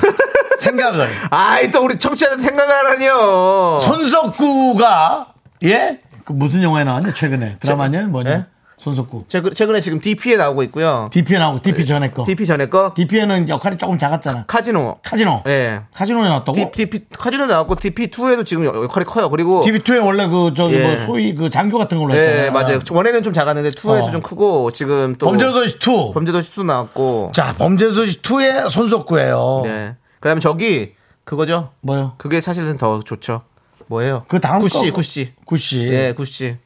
생각을.
아이 또 우리 청취자들 생각하라니요.
손석구가 예? 그 무슨 영화에 나왔냐 최근에 드라마냐 뭐냐
예?
손석구
최근- 최근에 지금 DP에 나오고 있고요.
DP 나오고
어, 예.
DP 전에 거
DP 전에 거
DP에는 역할이 조금 작았잖아
카지노.
카지노
예.
카지노에 나왔다고
DP, DP 카지노 나왔고 DP2에도 지금 역할이 커요. 그리고
DP2에 원래 그 저기
어. 예.
뭐 소위 그 장교 같은 걸로 했잖아요
예, 맞아요. 원에는 좀 작았는데 2에서
어.
좀 크고 지금 또
범죄도시 2
범죄도시 2도 나왔고.
자 범죄도시 2의 손석구예요
네. 그다음에 저기 그거죠.
뭐요
그게 사실은 더 좋죠. 뭐예요?
그 다음
구씨
거.
구씨.
구씨
예, 구씨.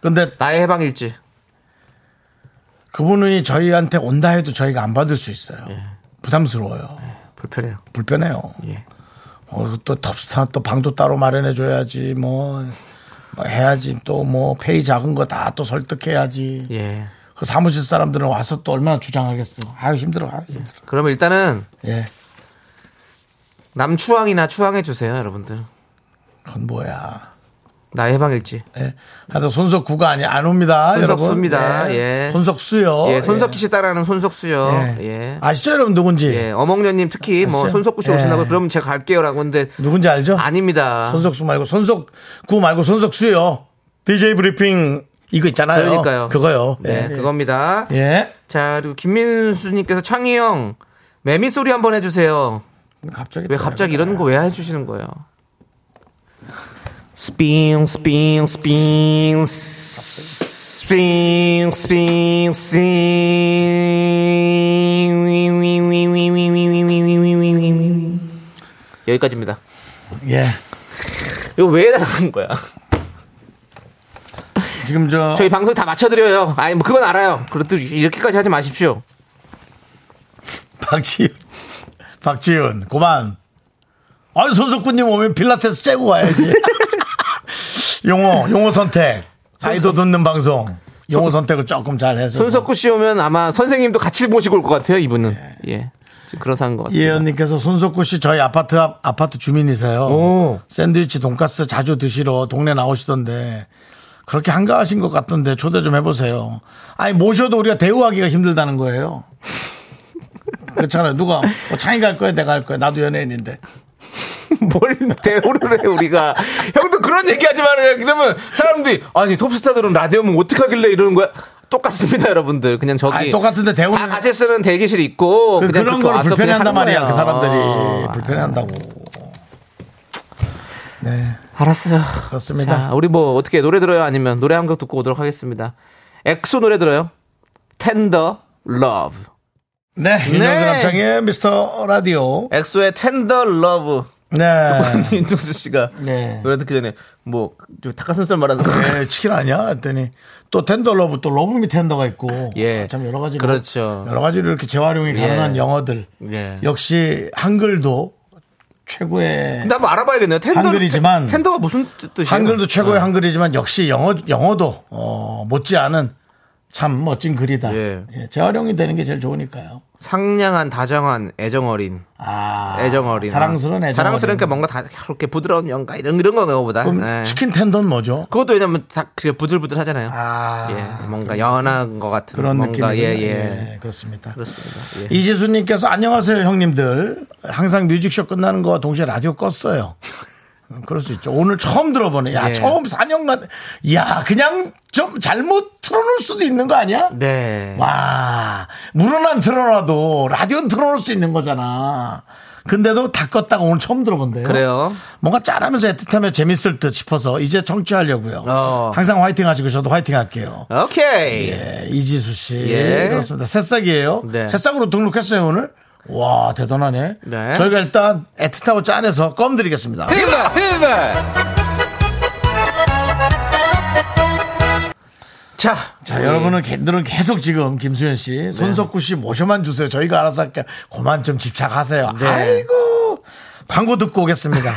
근데
나의 해방일지.
그분이 저희한테 온다 해도 저희가 안 받을 수 있어요
예.
부담스러워요
불편해요.
불편해요.
예.
어, 또 톱스타 또 방도 따로 마련해 줘야지 뭐, 뭐 해야지 또 뭐 페이 작은 거 다 또 설득해야지.
예.
그 사무실 사람들은 와서 또 얼마나 주장하겠어. 아유 힘들어. 아유,
예.
힘들어.
그러면 일단은
예.
남추앙이나 추앙해 주세요, 여러분들.
그건 뭐야.
나의 해방일지.
예. 하여튼 손석구가 아니 안 옵니다.
손석수입니다.
여러분.
예.
손석수요.
예, 손석희 씨 따라하는
어? 예.
손석수요. 예.
예. 아시죠 여러분 누군지?
예, 어몽녀님 특히 뭐
아시죠?
손석구 씨
예.
오신다고 그러면 제가 갈게요라고 하는데
누군지 알죠?
아닙니다.
손석수 말고 손석구 말고 손석수요. DJ 브리핑 이거 있잖아요.
그러니까요.
그거요.
네,
예.
그겁니다.
예.
자, 그리고 김민수님께서 창희 형 매미 소리 한번 해주세요.
갑자기
왜
또
갑자기 이런 거 왜 해주시는 거예요? 스핑 스핑 스핑 스핑 스핑 스핑 여기까지입니다.
예.
이거 왜 나간 거야?
지금 저
저희 방송 다 맞춰드려요. 아니 뭐 그건 알아요. 그래도 이렇게까지 하지 마십시오.
박지윤. 박지윤, 고만. 아니, 손석구님 오면 필라테스 째고 가야지. 용어, 용어 선택. 아이도 듣는 방송. 용어 선택을 조금 잘 해서.
손석구 씨 오면 아마 선생님도 같이 모시고 올 것 같아요, 이분은. 예. 지금 그런 상황인 것 같습니다.
이혜연님께서 손석구 씨 저희 아파트 앞 아파트 주민이세요.
오.
샌드위치 돈가스 자주 드시러 동네 나오시던데 그렇게 한가하신 것 같던데 초대 좀 해보세요. 아니 모셔도 우리가 대우하기가 힘들다는 거예요. 그렇잖아요. 누가 뭐 창이 갈 거야, 내가 할 거야. 나도 연예인인데.
뭘 대우를 해, 우리가. 형도 그런 얘기 하지 말아요. 그러면 사람들이, 아니, 톱스타들은 라디오면 뭐 어떡하길래 이러는 거야? 똑같습니다, 여러분들. 그냥 저기.
아니, 똑같은데 대우는
예. 다 같이 쓰는 대기실 있고.
그,
그냥
그런
그렇게
걸
와서 그냥
불편해한단
하는
말이야.
거예요.
그 사람들이
아,
불편해한다고. 네,
알았어요.
그렇습니다.
자, 우리 뭐 어떻게 노래 들어요? 아니면 노래 한 곡 듣고 오도록 하겠습니다. 엑소 노래 들어요. 텐더 러브.
네, 윤정수 남창의 미스터 라디오.
엑소의 텐더 러브. 뭐
네.
윤종수 씨가
네.
노래 듣기 전에 뭐저 닭가슴살 말하는 거.
예, 치킨 아니야? 했더니 또 텐더 러브 또 러브미 텐더가 있고
예.
참 여러 가지로
그렇죠.
여러 가지로 이렇게 재활용이 가능한 영어들 네.
예.
역시 한글도 최고의
근데 한번 알아봐야겠네요. 텐더
한글이지만-
텐더가 무슨 뜻이에요? 네.
한글도 최고의 한글이지만 역시 영어 영어도 어, 못지않은 참 멋진 글이다.
예.
예, 재활용이 되는 게 제일 좋으니까요.
상냥한 다정한 애정어린
아,
애정어린
사랑스러운 애정
사랑스러니까 뭔가 다 그렇게 뭐- 부드러운 영가 이런 이런 거 그거보다
그럼
예.
치킨 텐더는 뭐죠?
그것도 왜냐면 다 그게 부들부들하잖아요.
아,
예, 뭔가 연한 것 같은
그런
뭔가
느낌이
예, 예.
그렇습니다.
그렇습니다. 예.
이지수님께서 안녕하세요 형님들. 항상 뮤직쇼 끝나는 거와 동시에 라디오 껐어요. 음, 그럴 수 있죠. 오늘 처음 들어보네. 야
예.
처음 4년간 야 그냥 좀 잘못 틀어놓을 수도 있는 거 아니야?
네.
와 물은 안 틀어놔도 라디오는 틀어놓을 수 있는 거잖아. 근데도 다 껐다가 오늘 처음 들어본대요.
그래요.
뭔가 짠하면서 애틋하며 재밌을 듯 싶어서 이제 청취하려고요.
어.
항상 화이팅 하시고 저도 화이팅 할게요.
오케이.
예, 이지수 씨.
예.
그렇습니다. 새싹이에요.
네.
새싹으로 등록했어요, 오늘. 와, 대단하네.
네.
저희가 일단 애틋하고 짠해서 껌 드리겠습니다.
자, 예.
자,
우리
여러분은 걔들은 계속 지금 김수현 씨, 손석구 씨 모셔만 주세요. 저희가 알아서 할게요. 그만 좀 집착하세요.
네.
아이고. 광고 듣고 오겠습니다.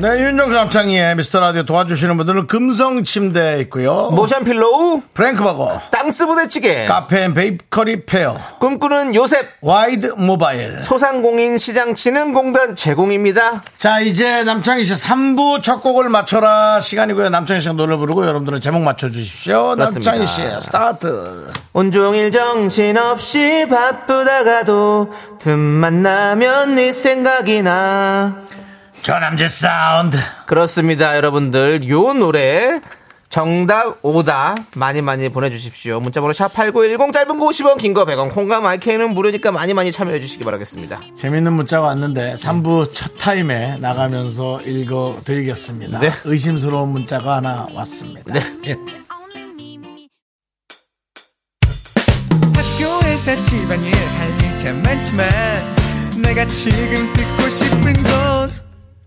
네, 윤정수 남창희의 미스터 라디오 도와주시는 분들은 금성 침대 있고요.
모션 필로우,
프랭크 버거,
땅스 부대찌개,
카페 앤 베이커리 페어,
꿈꾸는 요셉,
와이드 모바일.
소상공인 시장 치는 공단 제공입니다.
자 이제 남창희 씨 3부 첫 곡을 맞춰라 시간이고요 남창희 씨가 노래 부르고 여러분들은 제목 맞춰주십시오
그렇습니다.
남창희 씨 스타트
온종일 정신없이 바쁘다가도 틈만 나면 네 생각이 나.
저남자 사운드
그렇습니다, 여러분들. 요 노래 정답 오다 많이 많이 보내주십시오. 문자번호 샵 #8910 짧은 거 50원, 긴 거 100원, 콩과 마이크는 무료니까 많이 많이 참여해주시기 바라겠습니다.
재밌는 문자가 왔는데 3부 첫 타임에 나가면서 읽어드리겠습니다
네.
의심스러운 문자가 하나 왔습니다
네.
예.
아,
학교에서 집안일 할 일 참 많지만 내가 지금 듣고 싶은 건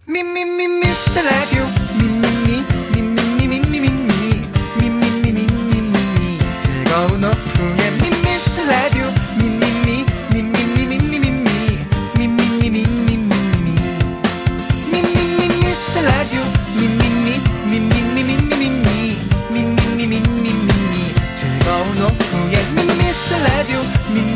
미미미 미스터 라디오 미미미 미미미미미미 미미미미미미 즐거운 오후에 미스터 라디오 미미미 미미미미미미 미미미미미미미 미미미 미스터 라디오 미미미 미미미미미미 미미미미미미 즐거운 오후에 미스터 라디오 미미미 미미미미미미 미미미미미미미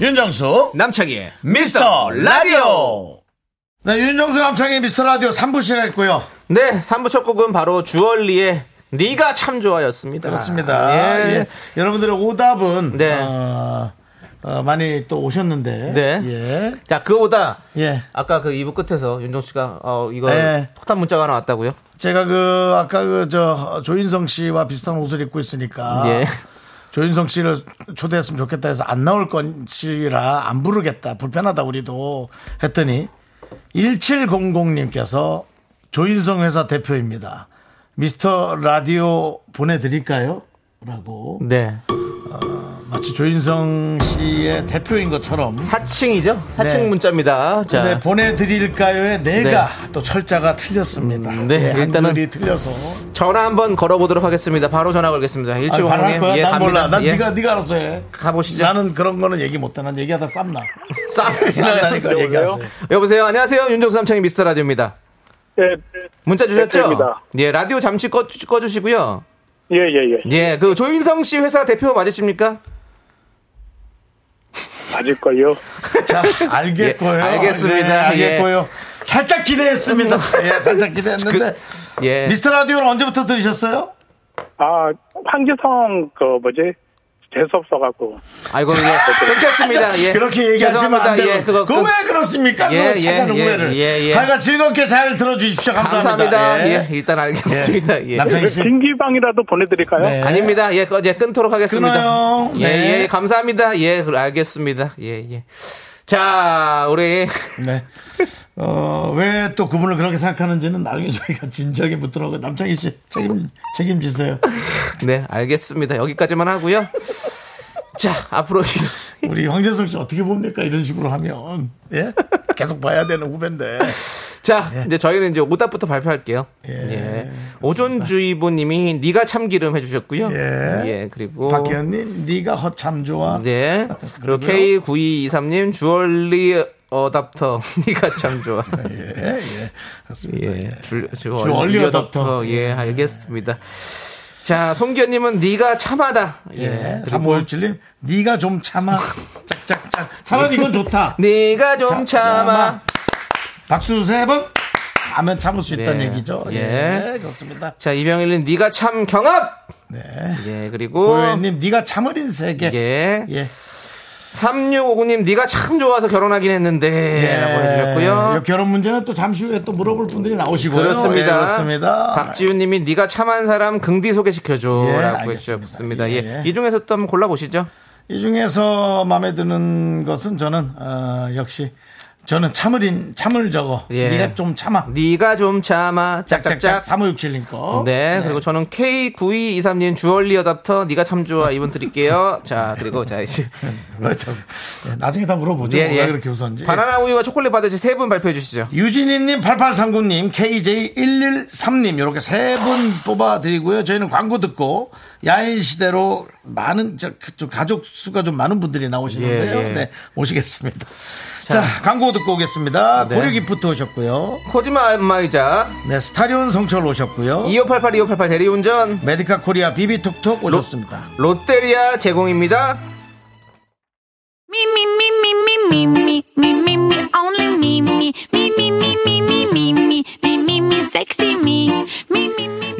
윤정수
남창희의
미스터 라디오 네, 윤정수 남창희 미스터 라디오 3부 시작했고요
네, 3부 첫 곡은 바로 주얼리의 네가 참 좋아였습니다.
그렇습니다.
예.
예. 여러분들의 오답은
네.
어, 어, 많이 또 오셨는데
네.
예.
자, 그거보다
예.
아까 그 2부 끝에서 윤종 씨가 어 이거
네.
폭탄 문자가 하나 왔다고요?
제가 그 아까 그 저 조인성 씨와 비슷한 옷을 입고 있으니까
예.
조인성 씨를 초대했으면 좋겠다 해서 안 나올 건지라 안 부르겠다 불편하다 우리도 했더니 1700님께서 조인성 회사 대표입니다. 미스터 라디오 보내드릴까요? 라고
네.
마치 조인성 씨의 대표인 것처럼
4층이죠? 4층
네.
문자입니다. 자.
네, 보내드릴까요에 내가 또 철자가 틀렸습니다.
네,
예,
일단은-
한글이 틀려서.
전화 한번 걸어보도록 하겠습니다. 바로 전화 걸겠습니다.
아니, 바로 할
1750님.
거야?
예,
난
갑니다.
몰라. 난
예.
네가 네가 알아서 해.
가보시죠.
나는 그런 거는 얘기 못해. 난 얘기하다 쌈나. 쌈나니까
쌈나니까
얘기하세요.
여보세요. 안녕하세요. 윤정수 삼창의 미스터 라디오입니다.
예,
문자 주셨죠?
백조입니다.
예, 라디오 잠시 꺼, 주시고요
예, 예, 예.
예, 그 조인성 씨 회사 대표 맞으십니까?
맞을걸요?
자, 알겠고요.
예, 알겠습니다. 음.
네, 알겠고요. 살짝 기대했습니다. 예, 살짝 기대했는데.
예.
미스터 라디오를 언제부터 들으셨어요?
아, 황지성, 그, 뭐지? 재수없어갖고.
아이고, 예. 끊겼습니다. 예.
그렇게 얘기하시면 안
죄송합니다.
돼요.
예,
그거,
그거 끊-
왜 그렇습니까?
예,
그거 착한
예,
오해를.
예, 예.
하여간 즐겁게 잘 들어주십시오. 감사합니다.
감사합니다. 예. 일단 알겠습니다. 예.
남창희 씨.
진기방이라도 보내드릴까요?
네.
아닙니다. 예, 꺼, 예, 끊도록 하겠습니다.
끊어요.
예,
네.
예, 감사합니다. 예, 그- 알겠습니다. 예, 예. 자, 우리
네. 어, 왜 또 그분을 그렇게 생각하는지는 나중에 저희가 진지하게 묻더라고요. 남창희 씨, 책임, 책임지세요.
네, 알겠습니다. 여기까지만 하고요. 자, 앞으로 이-
우리 황재석 씨 어떻게 봅니까? 이런 식으로 하면. 예? 계속 봐야 되는 후배인데.
자, 이제 저희는 이제 오답부터 발표할게요. 예. 오존주의보님이 네가 참기름 해주셨고요.
예.
그리고
박혜연님, 네가 허참 좋아.
어. 네. 그리고
그리고요.
K9223님 주얼리 어답터 네가 참 좋아.
예, 예. 그렇습니다.
예. 주, 주,
주얼리 어댑터.
예, 알겠습니다. 자, 송기현님은 네가 참하다.
예.
예. 그리고
3567님, 네가 좀 참아. 짝짝짝. 차라리 이건 좋다.
네가 좀 참아.
박수 세 번. 하면 참을 수 있다는
예.
얘기죠. 예.
예.
그렇습니다.
자, 이병일님 네가 참 경합.
네.
예, 그리고
고현님, 네가 참을 인세계.
예.
예.
3659님 네가 참 좋아서 결혼하긴 했는데 라고
예,
해주셨고요.
결혼 문제는 또 잠시 후에 또 물어볼 분들이 나오시고요.
그렇습니다.
예, 그렇습니다.
박지윤님이 네가 참한 사람 긍디
예,
소개시켜줘라고
알겠습니다.
해주셨습니다. 예,
예, 예.
이 중에서 또 한번 골라보시죠.
이 중에서 마음에 드는 것은 저는 어, 역시 저는 참을인 참을 저거.
예.
네가 좀 참아.
네가 좀 참아
짝짝짝
짝짝짝.
3567님 거. 예.
네, 그리고 저는 K9223님 주얼리 어답터 네가 참 좋아 이분 드릴게요. 자 그리고 자 이제
왜 참- 예, 나중에 다 물어보죠.
예,
왜
예.
그렇게 웃었는지.
바나나 우유와 초콜릿 받으실 세 분 발표해 주시죠.
유진이님, 8839님, KJ113님, 이렇게 세 분 뽑아드리고요. 저희는 광고 듣고, 야인시대로 많은, 저, 좀 가족 수가 좀 많은 분들이 나오시는데요.
예, 예.
네, 오시겠습니다. 자, 광고 듣고 오겠습니다.
네.
고려기프트 오셨고요.
코지마 안마의자
네, 스타리온 성철 오셨고요.
2588 2588 대리운전
메디카 코리아 비비톡톡 오셨습니다.
롯데리아 제공입니다.
Me, me, me, me, me, me, me, me, me, me, only me, me, me, me, me, me, me, me, me, me, me, me, sexy me, me, me, me.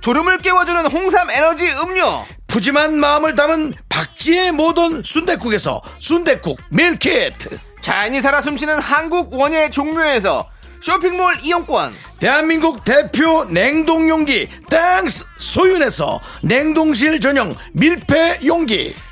졸음을 깨워주는 홍삼 에너지 음료,
푸짐한 마음을 담은 박지의 모던 순댓국에서 순댓국 밀키트
자연이 살아 숨쉬는 한국 원예 종묘에서 쇼핑몰 이용권,
대한민국 대표 냉동용기 땡스 소윤에서 냉동실 전용 밀폐용기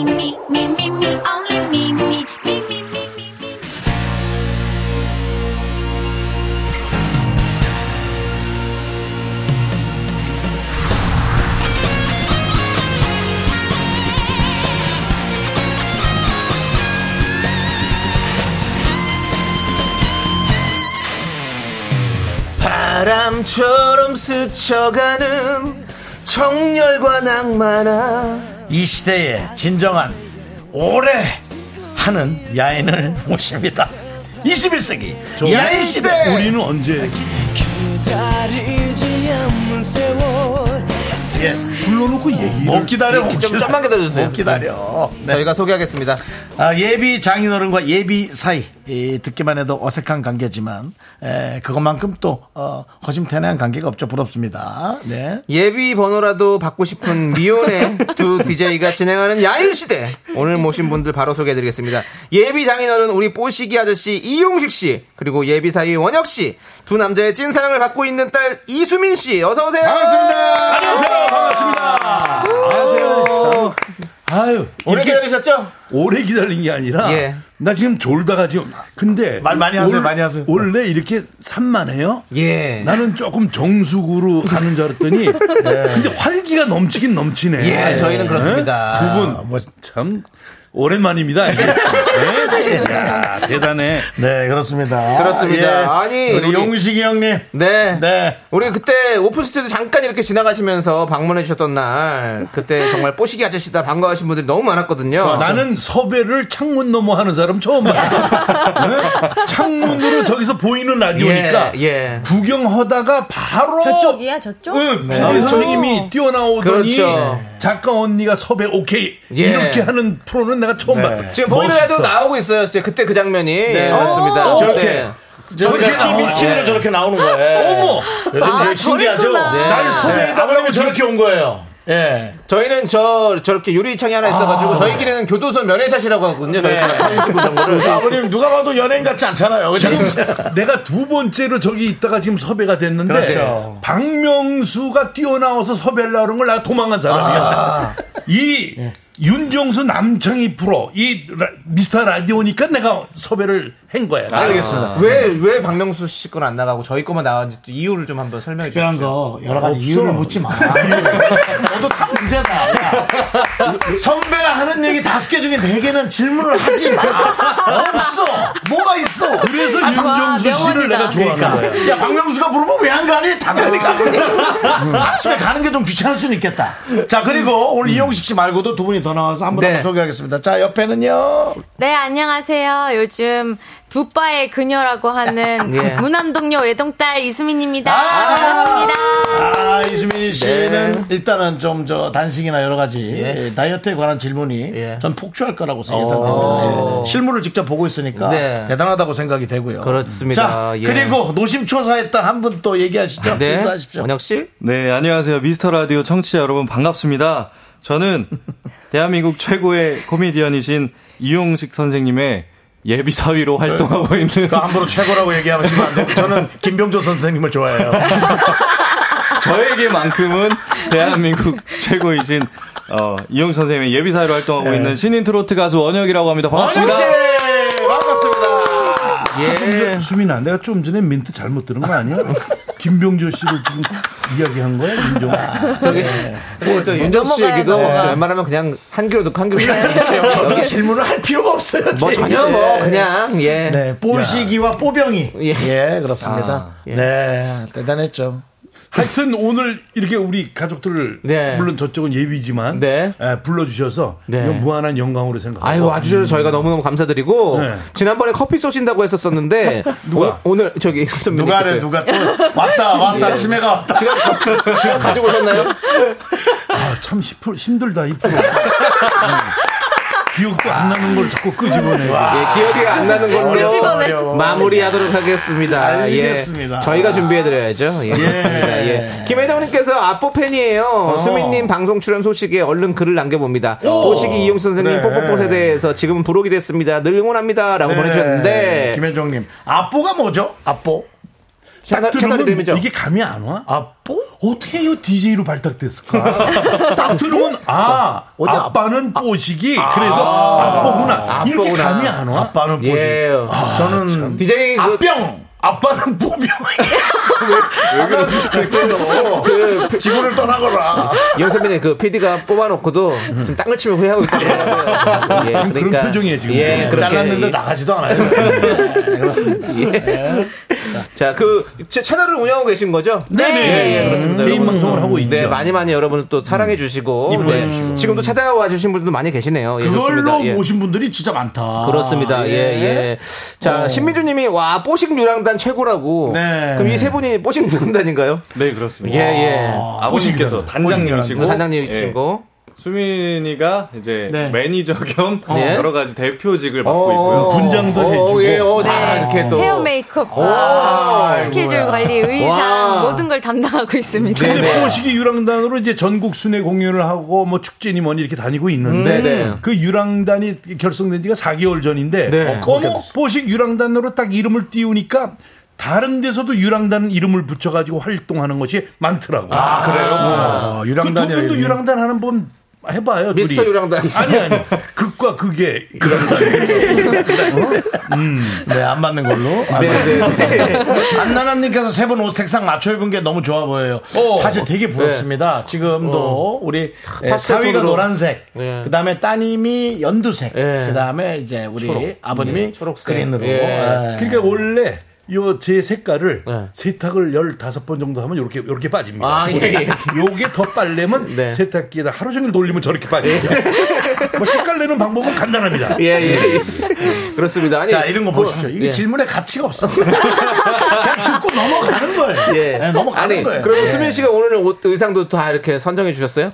me, me, me, me, only me, me, me, me, me, me, me.
바람처럼 스쳐가는 청열과 낭만아
이 시대의 진정한 오래 하는 야인을 모십니다. 21세기 야인 시대. 우리는 언제? 예. 불러놓고 얘기를 못 기다려 못 기다려 좀만 기다려주세요 못 기다려 네.
저희가 소개하겠습니다.
아, 예비 장인어른과 예비 사이 이, 듣기만 해도 어색한 관계지만 에, 그것만큼 또 어, 허심탄회한 관계가 없죠 부럽습니다 네
예비 번호라도 받고 싶은 미혼의 두 DJ가 진행하는 야인 시대. 오늘 모신 분들 바로 소개해드리겠습니다. 예비 장인어른 우리 뽀시기 아저씨 이용식 씨 그리고 예비 사위 원혁 씨 두 남자의 찐 사랑을 받고 있는 딸 이수민 씨 어서 오세요.
반갑습니다.
안녕하세요.
반갑습니다
안녕하세요. 아유,
오래
이렇게
기다리셨죠?
오래 기다린 게 아니라
예.
나 지금 졸다가 지금 근데
말 많이 하세요,
올-
많이 하세요.
원래 이렇게 산만해요?
예.
나는 조금 정숙으로 가는 줄 알았더니 근데 활기가 넘치긴 넘치네.
예, 저희는 그렇습니다.
두분 뭐 참 오랜만입니다. 이게. 예? 야, 대단해.
네 그렇습니다 예.
그렇습니다. 아니,
우리
우리-
용식이 형님
네.
네.
우리 그때 오픈 스튜디오 잠깐 이렇게 지나가시면서 방문해 주셨던 날 그때 정말 뽀시기 아저씨다 반가워하신 분들이 너무 많았거든요.
아, 나는 섭외를 창문 넘어 하는 사람 처음 봤어. 네? 창문으로 저기서 보이는 라디오니까
예, 예.
구경하다가 바로
아, 저쪽이야 저쪽?
응, 네. 선생님이 뛰어나오더니
그렇죠.
작가 언니가 섭외 오케이
예. 네.
이렇게 하는 프로는 내가 처음 봤어.
지금 보이라도 나오고 있어요. 진짜 그때 그 장면이. 네, 맞습니다.
저렇게.
네.
저렇게 TV, TV로 저렇게 나오는 거예요 네.
어머,
요즘 되게 신기하죠
저랬구나.
날
네,
섭외해달라고
아버님은 저렇게 온 거예요 예.
저희는 저 저렇게 유리창이 하나 있어가지고 저희끼리는 교도소 면회샷이라고 하거든요. 저희 사진 찍고 그런 거를.
아버님 누가 봐도 연예인 같지 않잖아요 그죠?
내가 두 번째로 저기 있다가 지금 섭외가 됐는데
그렇죠.
박명수가 뛰어나와서 섭외하려고 그런 걸 내가 도망간 사람이야.
아.
이 윤정수 남창희 프로 이 라- 미스터 라디오니까 내가 섭외를 한 거야.
알겠습니다
왜왜 박명수 씨 건 안 나가고 저희 거만 나왔는지 또 이유를 좀 한번 설명해 주세요.
특별한 거 여러 가지 이유를 묻지 마. 너도 참 문제다. 야. 선배가 하는 얘기 다섯 개 중에 네 개는 질문을 하지 마. 없어. 뭐가 있어.
그래서
아,
윤정수
와,
씨를
명언이다.
내가 좋아하는 거야.
그러니까 야 박명수가 부르면 왜 안 가니? 당연히 가지. 아침에 가는 게 좀 귀찮을 수는 있겠다. 자 그리고 오늘 이용식 씨 말고도 두 분이 더 나와서 한 분
네.
한번 소개하겠습니다. 자 옆에는요.
네 안녕하세요. 요즘 두바의 그녀라고 하는
예.
무남동료 외동딸 이수민입니다.
아.
반갑습니다.
아 이수민 씨는
네.
일단은 좀 저 단식이나 여러 가지 예, 다이어트에 관한 질문이
예. 어.
전 폭주할 거라고 예상됩니다. 예. 실물을 직접 보고 있으니까
네.
대단하다고 생각이 되고요.
그렇습니다.
자
예.
그리고 노심초사했던 한 분 또 얘기하시죠.
네.
인사하십시오.
원혁 씨.
네, 안녕하세요. 미스터 라디오 청취자 여러분 반갑습니다. 저는 대한민국 최고의 코미디언이신 이용식 선생님의 예비 사위로 활동하고 있는
그 함부로 최고라고 얘기하시면 안 되고 저는 김병조 선생님을 좋아해요.
저에게만큼은 대한민국 최고이신 어, 이용식 선생님의 예비 사위로 활동하고 있는 신인 트로트 가수 원혁이라고 합니다.
원혁
반갑습니다.
씨 반갑습니다. 그러니까. 예.
근데 수민아, 내가 좀 전에 민트 잘못 들은 거 아니야? 김병조 씨를 지금 이야기한 거야? 김병
아.
저기 그리고 또 윤정수 씨
넘어가요,
얘기도
넘어가.
저 웬만하면 그냥 한 귀로 듣고 한 귀로 듣고
저도
여기
질문을 할 필요가 없어요.
뭐
제
전혀 뭐
얘기에.
그냥 예.
네, 뽀시기와 뽀병이. 예,
예.
그렇습니다.
아, 예.
네, 대단했죠.
하여튼 오늘 이렇게 우리 가족들을
네.
물론 저쪽은 예비지만
네.
에, 불러주셔서
네.
이건 무한한 영광으로 생각하고
아유 와주셔서 저희가 너무너무 감사드리고
네.
지난번에 커피 쏘신다고 했었었는데
누가?
오, 늘 저기 선배님
어, 누가래, 누가 또. 왔다,
예.
왔다, 아, 치매가 왔다.
지갑, 지갑 가지고 오셨나요?
아, 참 힘들- 힘들다 이 프로. 음. 기억도 안 나는 걸 자꾸 끄집어내.
예, 기억이 안 나는 걸로
끄집어내.
어려워.
마무리하도록 하겠습니다.
네, 알겠습니다.
예, 저희가 준비해드려야죠. 예, 그렇습니다. 예. 김혜정님께서 아뽀 팬이에요.
어.
수민님 방송 출연 소식에 얼른 글을 남겨봅니다. 오시기 이용 선생님
그래.
뽀뽀뽀 세대에서 지금은 부록이 됐습니다. 늘 응원합니다라고
네,
보내주셨는데
김혜정님. 아뽀가 뭐죠? 아뽀?
채널, 채널
들으면
이름이죠.
이게 감이 안 와?
아뽀?
어떻게 이 DJ로 발탁됐을까? 딱 들으면 아 아빠는 뽀식이 그래서 아빠구나 이렇게
아빠구나.
감이 안 와?
아빠는 뽀시.
예.
저는
DJ 그-
아병! 아빠는 뽀병이. 왜, 그러세요? 지구를 떠나거라.
이현 선배님 그 PD가 뽑아놓고도 지금 땅을 치며 후회하고 있거든요. 예,
그런 표정이에요, 지금.
예, 그렇게
잘랐는데
이-
나가지도 않아요. 네, 그렇습니다.
자, 그 제 채널을 운영하고 계신 거죠? 네, 예, 예, 그렇습니다.
개인
여러분.
방송을 하고 있죠.
네, 많이 많이 여러분 또 사랑해 주시고
입모해
네,
주시고.
지금도 찾아와 주신 분들도 많이 계시네요. 예,
그걸로
좋습니다. 예.
모신 분들이 진짜 많다.
그렇습니다. 예, 예. 자, 신민주 님이 와, 뽀식 유랑단
난 최고라고.
네.
그럼 이 세 분이 뽀식 누군다니까요?
네, 그렇습니다.
예, 예.
아버님께서 단장님이시고.
단장님이시고.
예. 수민이가 이제
네.
매니저 겸
네.
여러 가지 대표직을 맡고
어,
있고요.
분장도 어, 해주고. 예, 어, 네. 아, 이렇게 또.
헤어 메이크업,
오,
아,
아이고야.
스케줄 관리, 의상
와.
모든 걸 담당하고 있습니다.
근데 포식이 유랑단으로 이제 전국 순회 공연을 하고 뭐 축제니 뭐니 이렇게 다니고 있는데
음, 네.
그 유랑단이 결성된 지가 4개월 전인데
네.
어, 어머 포식 유랑단으로 딱 이름을 띄우니까 다른 데서도 유랑단 이름을 붙여가지고 활동하는 것이 많더라고.
아, 그래요? 아,
유랑단
유랑단이라
그 두 분도
이름이.
유랑단 하는 분 해봐요.
미스터
둘이.
유랑단.
아니 아니 극과 극의
네, 안 맞는 걸로. 안
네,
맞습니다. 안나나님께서 세 분 옷 색상 맞춰 입은 게 너무 좋아 보여요.
어.
사실 되게 부럽습니다. 지금도 우리 에,
파스텔
사위가
톤으로.
노란색,
네.
그 다음에 따님이 연두색, 그 다음에 이제 우리
초록.
아버님이
예,
그린으로. 예.
그러니까 원래 요 제 색깔을 세탁을 15번 정도 하면 요렇게 요렇게 빠집니다.
네. 아, 예, 예.
요게 더 빨래면
네.
세탁기에다 하루 종일 돌리면 저렇게 빠집니다. 뭐 색깔 내는 방법은 간단합니다.
네.
예, 예. 그렇습니다. 아니,
자, 이런 거 보십시오. 이게
예.
질문에 가치가 없어. 그냥 듣고 넘어가는 거예요.
예.
네, 넘어가는
아니,
거예요.
그럼
예.
수민 씨가 오늘 옷 의상도 다 이렇게 선정해 주셨어요?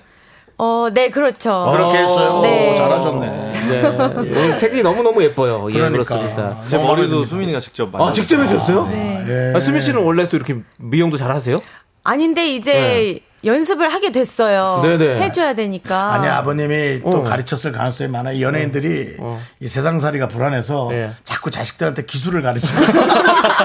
어, 네, 그렇죠.
그렇게 했어요?
네.
오,
잘하셨네.
네. 오늘 색이 너무너무 예뻐요. 예, 그렇습니다
제 머리도 수민이가 직접 어. 만들었어요.
아, 직접 해주셨어요?
네.
아, 수민 씨는 원래 또 이렇게 미용도 잘 하세요?
아닌데 이제 연습을 하게 됐어요.
네. 네네.
해줘야 되니까.
아니 아버님이 또
어.
가르쳤을 가능성이 많아. 이 연예인들이 이 세상살이가 불안해서
예.
자꾸 자식들한테 기술을 가르치는.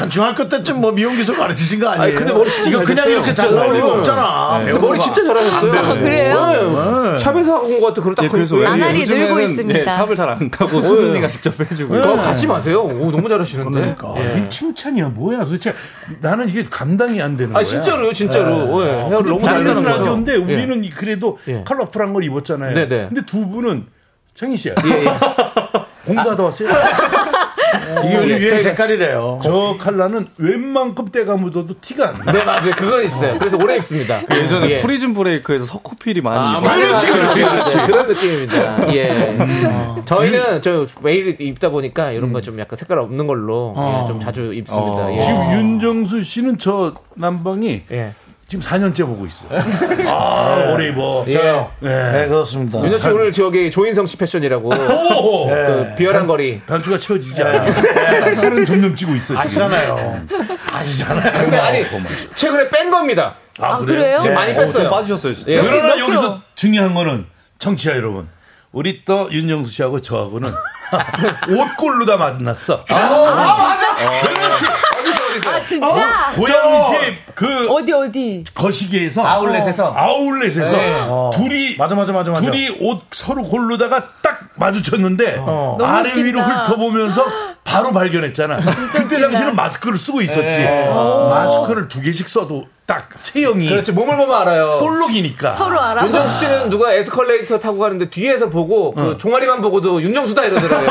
한 중학교 때쯤 뭐 미용 기술 가르치신 거 아니에요?
아니, 근데 머리 진짜
이거
잘
그냥
됐어요.
이렇게
진짜
잘 나올
잘
리가
됐어요.
없잖아.
네.
배우는
머리
거.
진짜 잘하셨어요.
안 배워요.
아, 그래요?
네.
샵에서 하고 온 것 같아. 그런 딱
예, 그래서
보니까.
나날이 요즘에는, 늘고 예, 있습니다. 샵을 잘안 가고 수빈이가 직접 해주고.
그거
예.
가지 마세요. 오, 너무 잘하시는데.
그러니까.
네.
이 칭찬이야 뭐야 도대체 나는 이게 감당이 안 되는
아,
거야.
진짜로요, 진짜로. 예,
예.
헤어를
근데
너무
그 다른
잘라는 거죠.
라디오인데
예.
우리는 그래도
예.
컬러풀한 걸 입었잖아요.
네, 네.
근데 두 분은 창희 씨야.
예, 아, 예.
공사도 왔어요.
이게 요즘
예.
유행 색깔이래요.
저 칼라는 웬만큼 때가 묻어도 티가 안 나.
네, 맞아요. 그건 있어요. 그래서 오래 입습니다.
그 예전에
예.
프리즘 브레이크에서 석호필이 많이
아,
입었어요.
맞아요. 맞아요. 네, 그런 느낌입니다. 예. 저희는 저 매일 입다 보니까 이런 거 좀 약간 색깔 없는 걸로
어.
예, 좀 자주 입습니다. 예.
지금 윤정수 씨는 저 남방이 지금 4년째 보고 있어요. 아, 오래 입어.
저요?
네, 그렇습니다.
윤정 씨 오늘 저기 조인성 씨 패션이라고
오!
그 비열한 거리
네. 단추가 채워지지
네.
않아요. 살은 점점 찌고 있어요.
예.
아시잖아요. 아시잖아요.
근데 아니 최근에 뺀 겁니다.
아,
그래요? 지금 많이 네. 뺐어요. 예.
그러나
몇 킬로?
여기서 중요한 거는 청취자 여러분. 우리 또 윤정수 씨하고 저하고는 옷골로 다 만났어.
아, 맞아.
아, 진짜?
어? 고양시 그
어디, 어디?
거시기에서
아울렛에서.
아울렛에서
네.
둘이
맞아 맞아 맞아 맞아.
둘이 옷 서로 고르다가 딱 마주쳤는데
어. 너무
아래
웃긴다.
위로 훑어보면서 바로 발견했잖아. 그때 당시는 마스크를 쓰고 있었지. 어.
네. 오.
마스크를 두 개씩 써도 딱 체형이
그렇지 몸을 보면 알아요.
볼록이니까.
윤정수 씨는 누가 에스컬레이터 타고 가는데 뒤에서 보고 그
어.
종아리만 보고도 윤정수다 이러더라고요.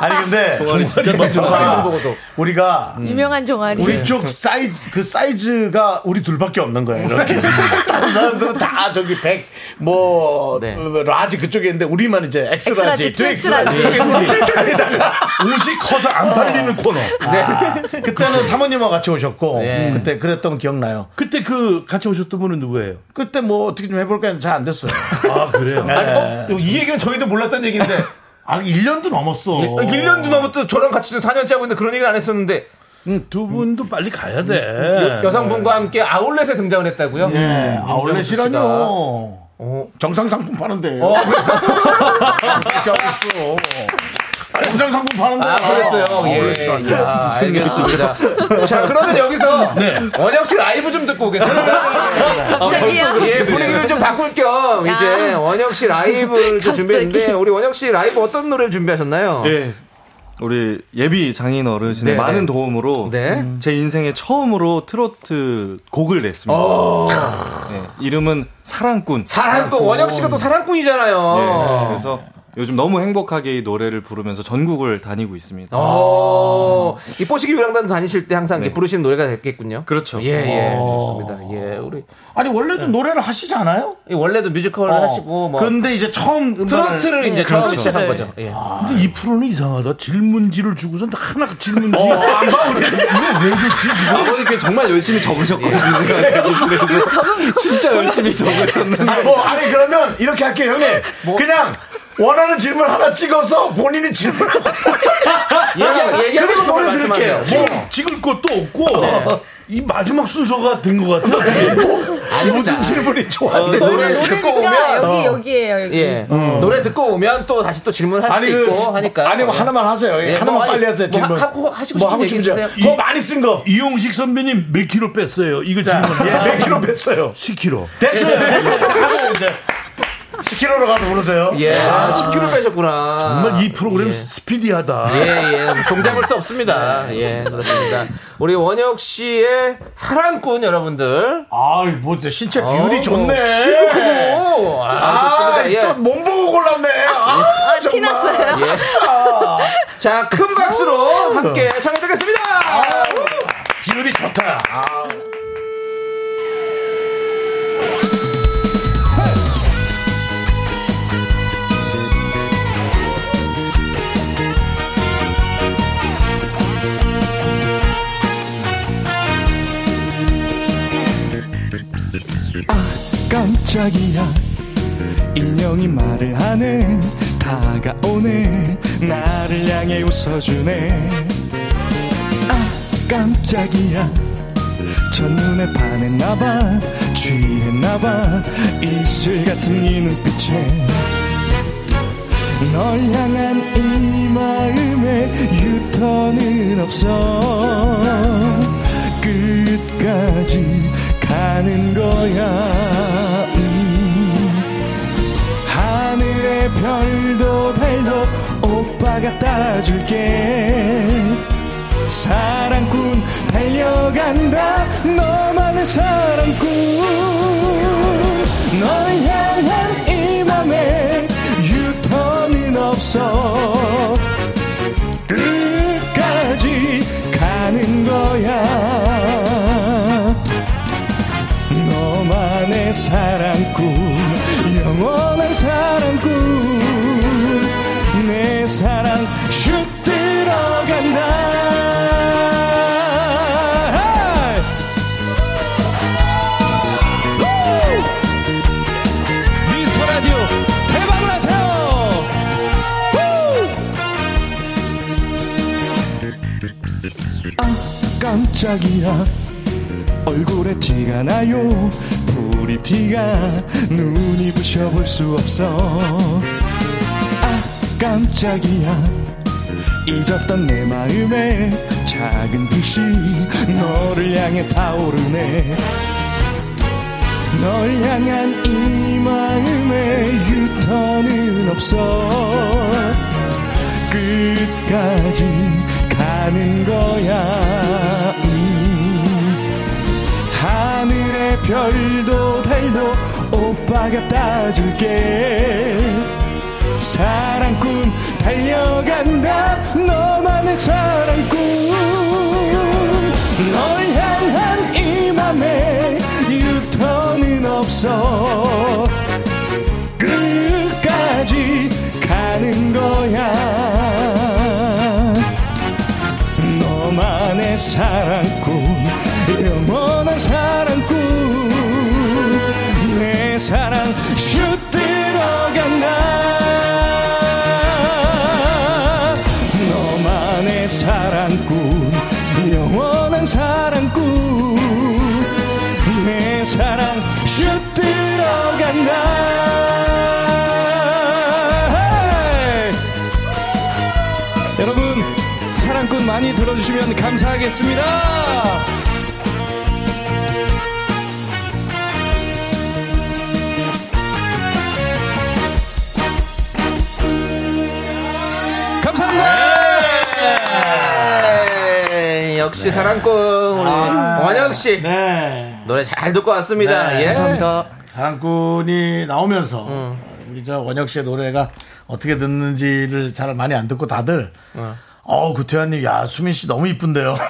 아니 근데
진짜
종아리만
종아리만 보고도.
우리가
유명한 종아리.
우리 쪽 사이즈 그 사이즈가 우리 둘밖에 없는 거예요. 이렇게 다른 사람들은 다 저기 100뭐 라지 그쪽에 있는데 우리만 이제 엑스라지,
엑스라지,
엑스라지,
엑스라지.
다니다가
옷이 커서
어.
안 팔리는 코너.
아, 그때는 사모님하고 같이 오셨고
네.
그때 그랬던 거 기억나요.
그때 그 같이 오셨던 분은 누구예요?
그때 뭐 어떻게 좀 해볼까 했는데 잘 안 됐어요.
아 그래요.
어, 이 얘기는 저희도 몰랐던 얘기인데.
네.
아,
아, 1년도 넘었어.
1년도 넘었던 저랑 같이 4년째 하고 있는데 그런 얘기를 안 했었는데.
두 분도 빨리 가야
음,
여- 여성분과 함께 아울렛에 등장을 했다고요?
네,
윤정수
아울렛이라뇨.
씨가.
정상 상품 파는데.
어, 그래.
있어. 정상 상품 파는데.
아, 그랬어요. 예. 야, 알겠습니다. 자, 그러면 여기서 원혁 씨 라이브 좀 듣고 오겠습니다.
갑자기요?
예, 분위기를 좀 바꿀 겸 이제
야.
원혁 씨 라이브를 좀
갑자기.
준비했는데 우리 원혁 씨 라이브 어떤 노래를 준비하셨나요?
예. 우리 예비 장인 어르신의
네,
많은
네.
도움으로
네.
음, 제 인생에 처음으로 트로트 곡을 냈습니다.
어.
네, 이름은 사랑꾼.
사랑꾼 원혁 씨가 또 사랑꾼이잖아요.
예, 그래서 요즘 너무 행복하게 이 노래를 부르면서 전국을 다니고 있습니다.
어, 이 뽀시기 유랑단 다니실 때 항상 이렇게 부르시는 노래가 됐겠군요.
그렇죠.
예, 예.
어.
좋습니다. 예, 우리.
아니, 원래도 노래를 하시지 않아요?
원래도 뮤지컬을
어.
하시고, 뭐.
근데 이제 처음 음반을-
트로트를 이제 처음
그렇죠.
시작한 거죠. 예.
네, 근데 이 프로는 이상하다. 질문지를 주고선 하나 그 질문지 어, 안 봐버리네.
어.
이거 왜 좋지 지금?
아버님께 정말 열심히 적으셨거든요. 진짜 열심히 적으셨는데.
아, 뭐, 아니, 그러면 이렇게 할게요, 형님.
뭐?
그냥 원하는 질문 하나 찍어서 본인이 질문하고.
예, 예,
그리고
예,
노래
말씀하세요.
들을게요. 뭐?
지금 찍을 것도 없고 이 마지막 순서가 된 것 같아.
아닙니다.
무슨 질문이 좋아?
근데 어, 노래 듣고 오면
그러니까 여기 여기예요 여기.
예.
음.
노래 듣고 오면 또 다시 또 질문할 수도
아니, 그
있고
지-
하니까. 어.
아니, 뭐 하나만 하세요. 예, 하나만 빨리 하세요, 질문.
하고 하시고
뭐
싶은
하고
얘기
싶으세요?
있으세요?
그거 많이 쓴 거.
이용식 선배님 몇 킬로 뺐어요? 이거
뭐
질문.
예, 몇 킬로 뺐어요?
10킬로.
예,
됐어요. 됐어요. 이제 10kg로 가서 부르세요.
예. 아, 10kg 빼셨구나.
정말 이 프로그램
예.
스피디하다.
예, 예. 종잡을 수 없습니다. 예, 그렇습니다. 우리 원혁 씨의 사랑꾼 여러분들.
아, 뭐, 신체
비율이 좋네.
키고. 아, 좋습니다. 어, 예.
또 몸보고 골랐네. 아, 정말.
티났어요.
예. 자, 큰 박수로 함께 청해 듣겠습니다.
비율이 좋다.
깜짝이야 인형이 말을 하네 다가오네 나를 향해 웃어주네 아 깜짝이야 첫눈에 반했나봐 취했나봐 이슬 같은 이 눈빛에 널 향한 이 마음에 유턴은 없어 끝까지 가는 거야 음. 하늘의 별도 달도 오빠가 따라줄게 사랑꾼 달려간다 너만의 사랑꾼 널 향한 이 맘에 유턴은 없어 끝까지 가는 거야 너만의 사랑꾼 영원한 사랑꾼 내 사랑 슛 들어간다 우! 미스터 라디오 대박을 하세요 우! 아, 깜짝이야 얼굴에 티가 나요 불이 티가 눈이 부셔 볼 수 없어 아 깜짝이야 잊었던 내 마음에 작은 빛이 너를 향해 타오르네 널 향한 이 마음에 유턴은 없어 끝까지 가는 거야. 음. 하늘의 별도 달도 오빠가 따줄게. 사랑꾼 달려간다 너만의 사랑꾼 널 향한 이 맘에 유턴은 없어 끝까지 가는 거야 너만의 사랑꾼 영원한 사랑꾼 내 사랑 슛 들어간다 너만의 사랑꾼 영원한 사랑꾼 내 사랑 슛 들어간다 여러분 사랑꾼 많이 들어주시면 감사하겠습니다
예, 역시 사랑꾼 우리 원혁 씨
네.
노래 잘 듣고 왔습니다.
네,
예.
감사합니다. 사랑꾼이 나오면서 우리 저 원혁 씨의 노래가 어떻게 듣는지를 잘 많이 안 듣고 다들 어우 구태환님 야 수민 씨 너무 이쁜데요.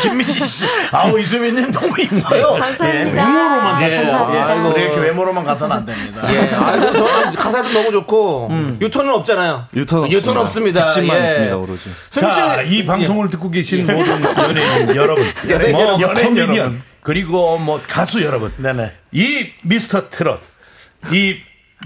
김미지 씨 아우 이수민님 너무 이뻐요.
감사합니다.
예,
아,
외모로만
예, 감사합니다.
예,
아이고.
우리 이렇게 외모로만 가서는 안 됩니다.
예, 아이고, 저는 가사도 너무 좋고 유턴은 없잖아요.
유턴
유턴 없습니다.
집만
예.
있습니다 오로지.
자, 이 방송을 듣고 계신 모든 연예인 여러분,
연예인
뭐
여러분.
연예인
연예인
여러분, 그리고 뭐 가수 여러분, 이 미스터 트롯, 이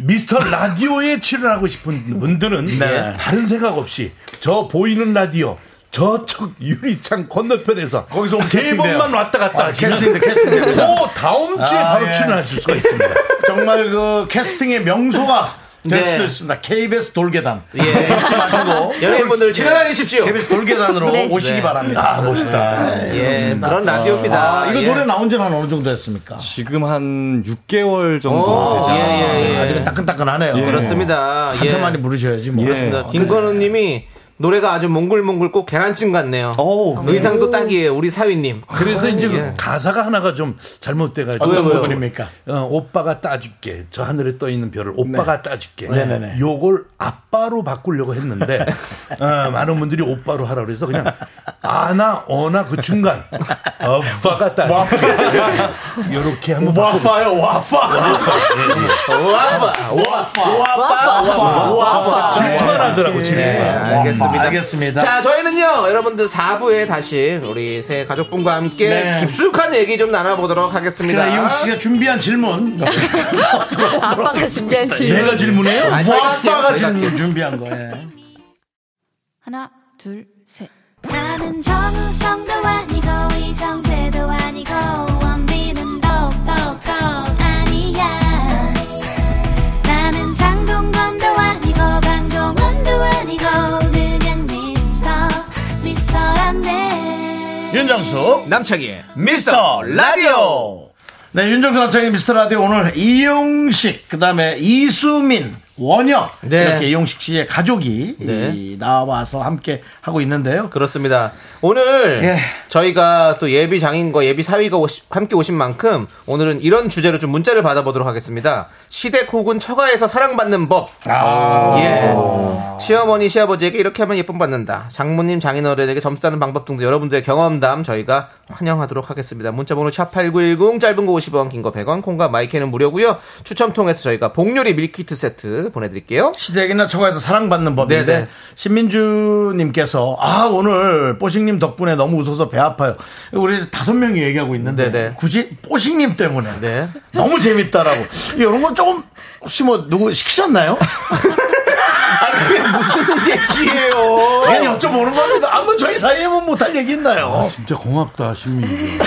미스터 라디오에 출연하고 싶은 분들은 예,
네.
다른 생각 없이 저 보이는 라디오. 저쪽 유리창 건너편에서 거기서 세
캐스팅돼요.
번만 왔다 갔다
아,
하시면
캐스팅돼, 캐스팅됩니다.
또 다음 주에
아,
바로
예.
출연하실 수가 있습니다.
정말 그 캐스팅의 명소가 될
네.
수도 있습니다. KBS 돌계단.
예.
잊지 마시고
연예인분들 지나다니십시오.
KBS 돌계단으로
네.
오시기
네.
바랍니다.
아, 멋있다.
네,
예,
그렇습니다.
그런 라디오입니다.
아, 이거
예.
노래 나온 지는 한 어느 정도 됐습니까?
지금 한 6개월 정도
오,
되지
예, 예, 예.
않았나.
아직은
따끈따끈하네요.
예.
그렇습니다.
한참 많이
부르셔야지. 뭐.
그렇습니다.
예.
김건우님이 노래가 아주 몽글몽글 꼭 계란찜 같네요. 의상도 딱이에요. 우리 사위님.
그래서
아,
이제
예.
가사가 하나가 좀 잘못돼가지고
어떤 왜요?
부분입니까?
어, 오빠가 따줄게 저 하늘에 떠 있는 별을 오빠가 따줄게
네네네.
요걸 아빠로 바꾸려고 했는데 어, 많은 분들이 오빠로 하라 그래서 그냥 아나 어나 그 중간 오빠가 따줄게 요렇게 한번
와파요 와파
와파
와파
와파
와파 와파 와파
아,
질투만 하더라고 질투
예, 알겠습니다.
알겠습니다.
자, 저희는요, 여러분들 4부에 다시 우리 새 가족분과 함께
네.
깊숙한 얘기 좀 나눠보도록 하겠습니다.
그래, 이용 씨가 준비한 질문.
어.
아빠가 준비한 질문.
내가 질문해요?
아니, 저희가 할게요,
와파가 뭐
저희가
질문
할게요.
준비한 거예요.
하나, 둘, 셋. 나는 정우성도 아니고, 이정재도 아니고, 원빈은 더욱더 아니야. 나는 장동건도 아니고, 강동원도 아니고, 그냥 미스터, 미스터란데.
윤정수
남창희의
미스터 라디오 네 윤정수 남창희 미스터 라디오 오늘 이용식 그 다음에 이수민 원혁
네.
이렇게 이용식 씨의 가족이
네.
이, 나와서 함께 하고 있는데요
그렇습니다. 오늘
예.
저희가 또 예비 장인과 예비 사위가 오시- 함께 오신 만큼 오늘은 이런 주제로 좀 문자를 받아보도록 하겠습니다. 시댁 혹은 처가에서 사랑받는 법.
아.
예. 시어머니, 시아버지에게 이렇게 하면 예쁨 받는다. 장모님, 장인어른에게 점수 따는 방법 등등 여러분들의 경험담 저희가 환영하도록 하겠습니다. 문자번호 샵8910 짧은 거 50원, 긴 거 100원, 콩과 마이크는 무료고요. 추첨 통해서 저희가 복요리 밀키트 세트 보내드릴게요.
시댁이나 처가에서 사랑받는 법인데
네네.
신민주님께서 아 오늘 뽀식님 덕분에 너무 웃어서 배 아파요 우리 다섯 명이 얘기하고
네.
있는데 굳이 뽀식님 때문에 너무 재밌다라고 이런 건 조금 혹시 뭐 누구 시키셨나요? 아니 그게 무슨 얘기예요? 아니 여쭤보는 겁니다. 아무 저희 사이에만 못할 얘기 있나요?
아, 진짜 고맙다 신민이 음,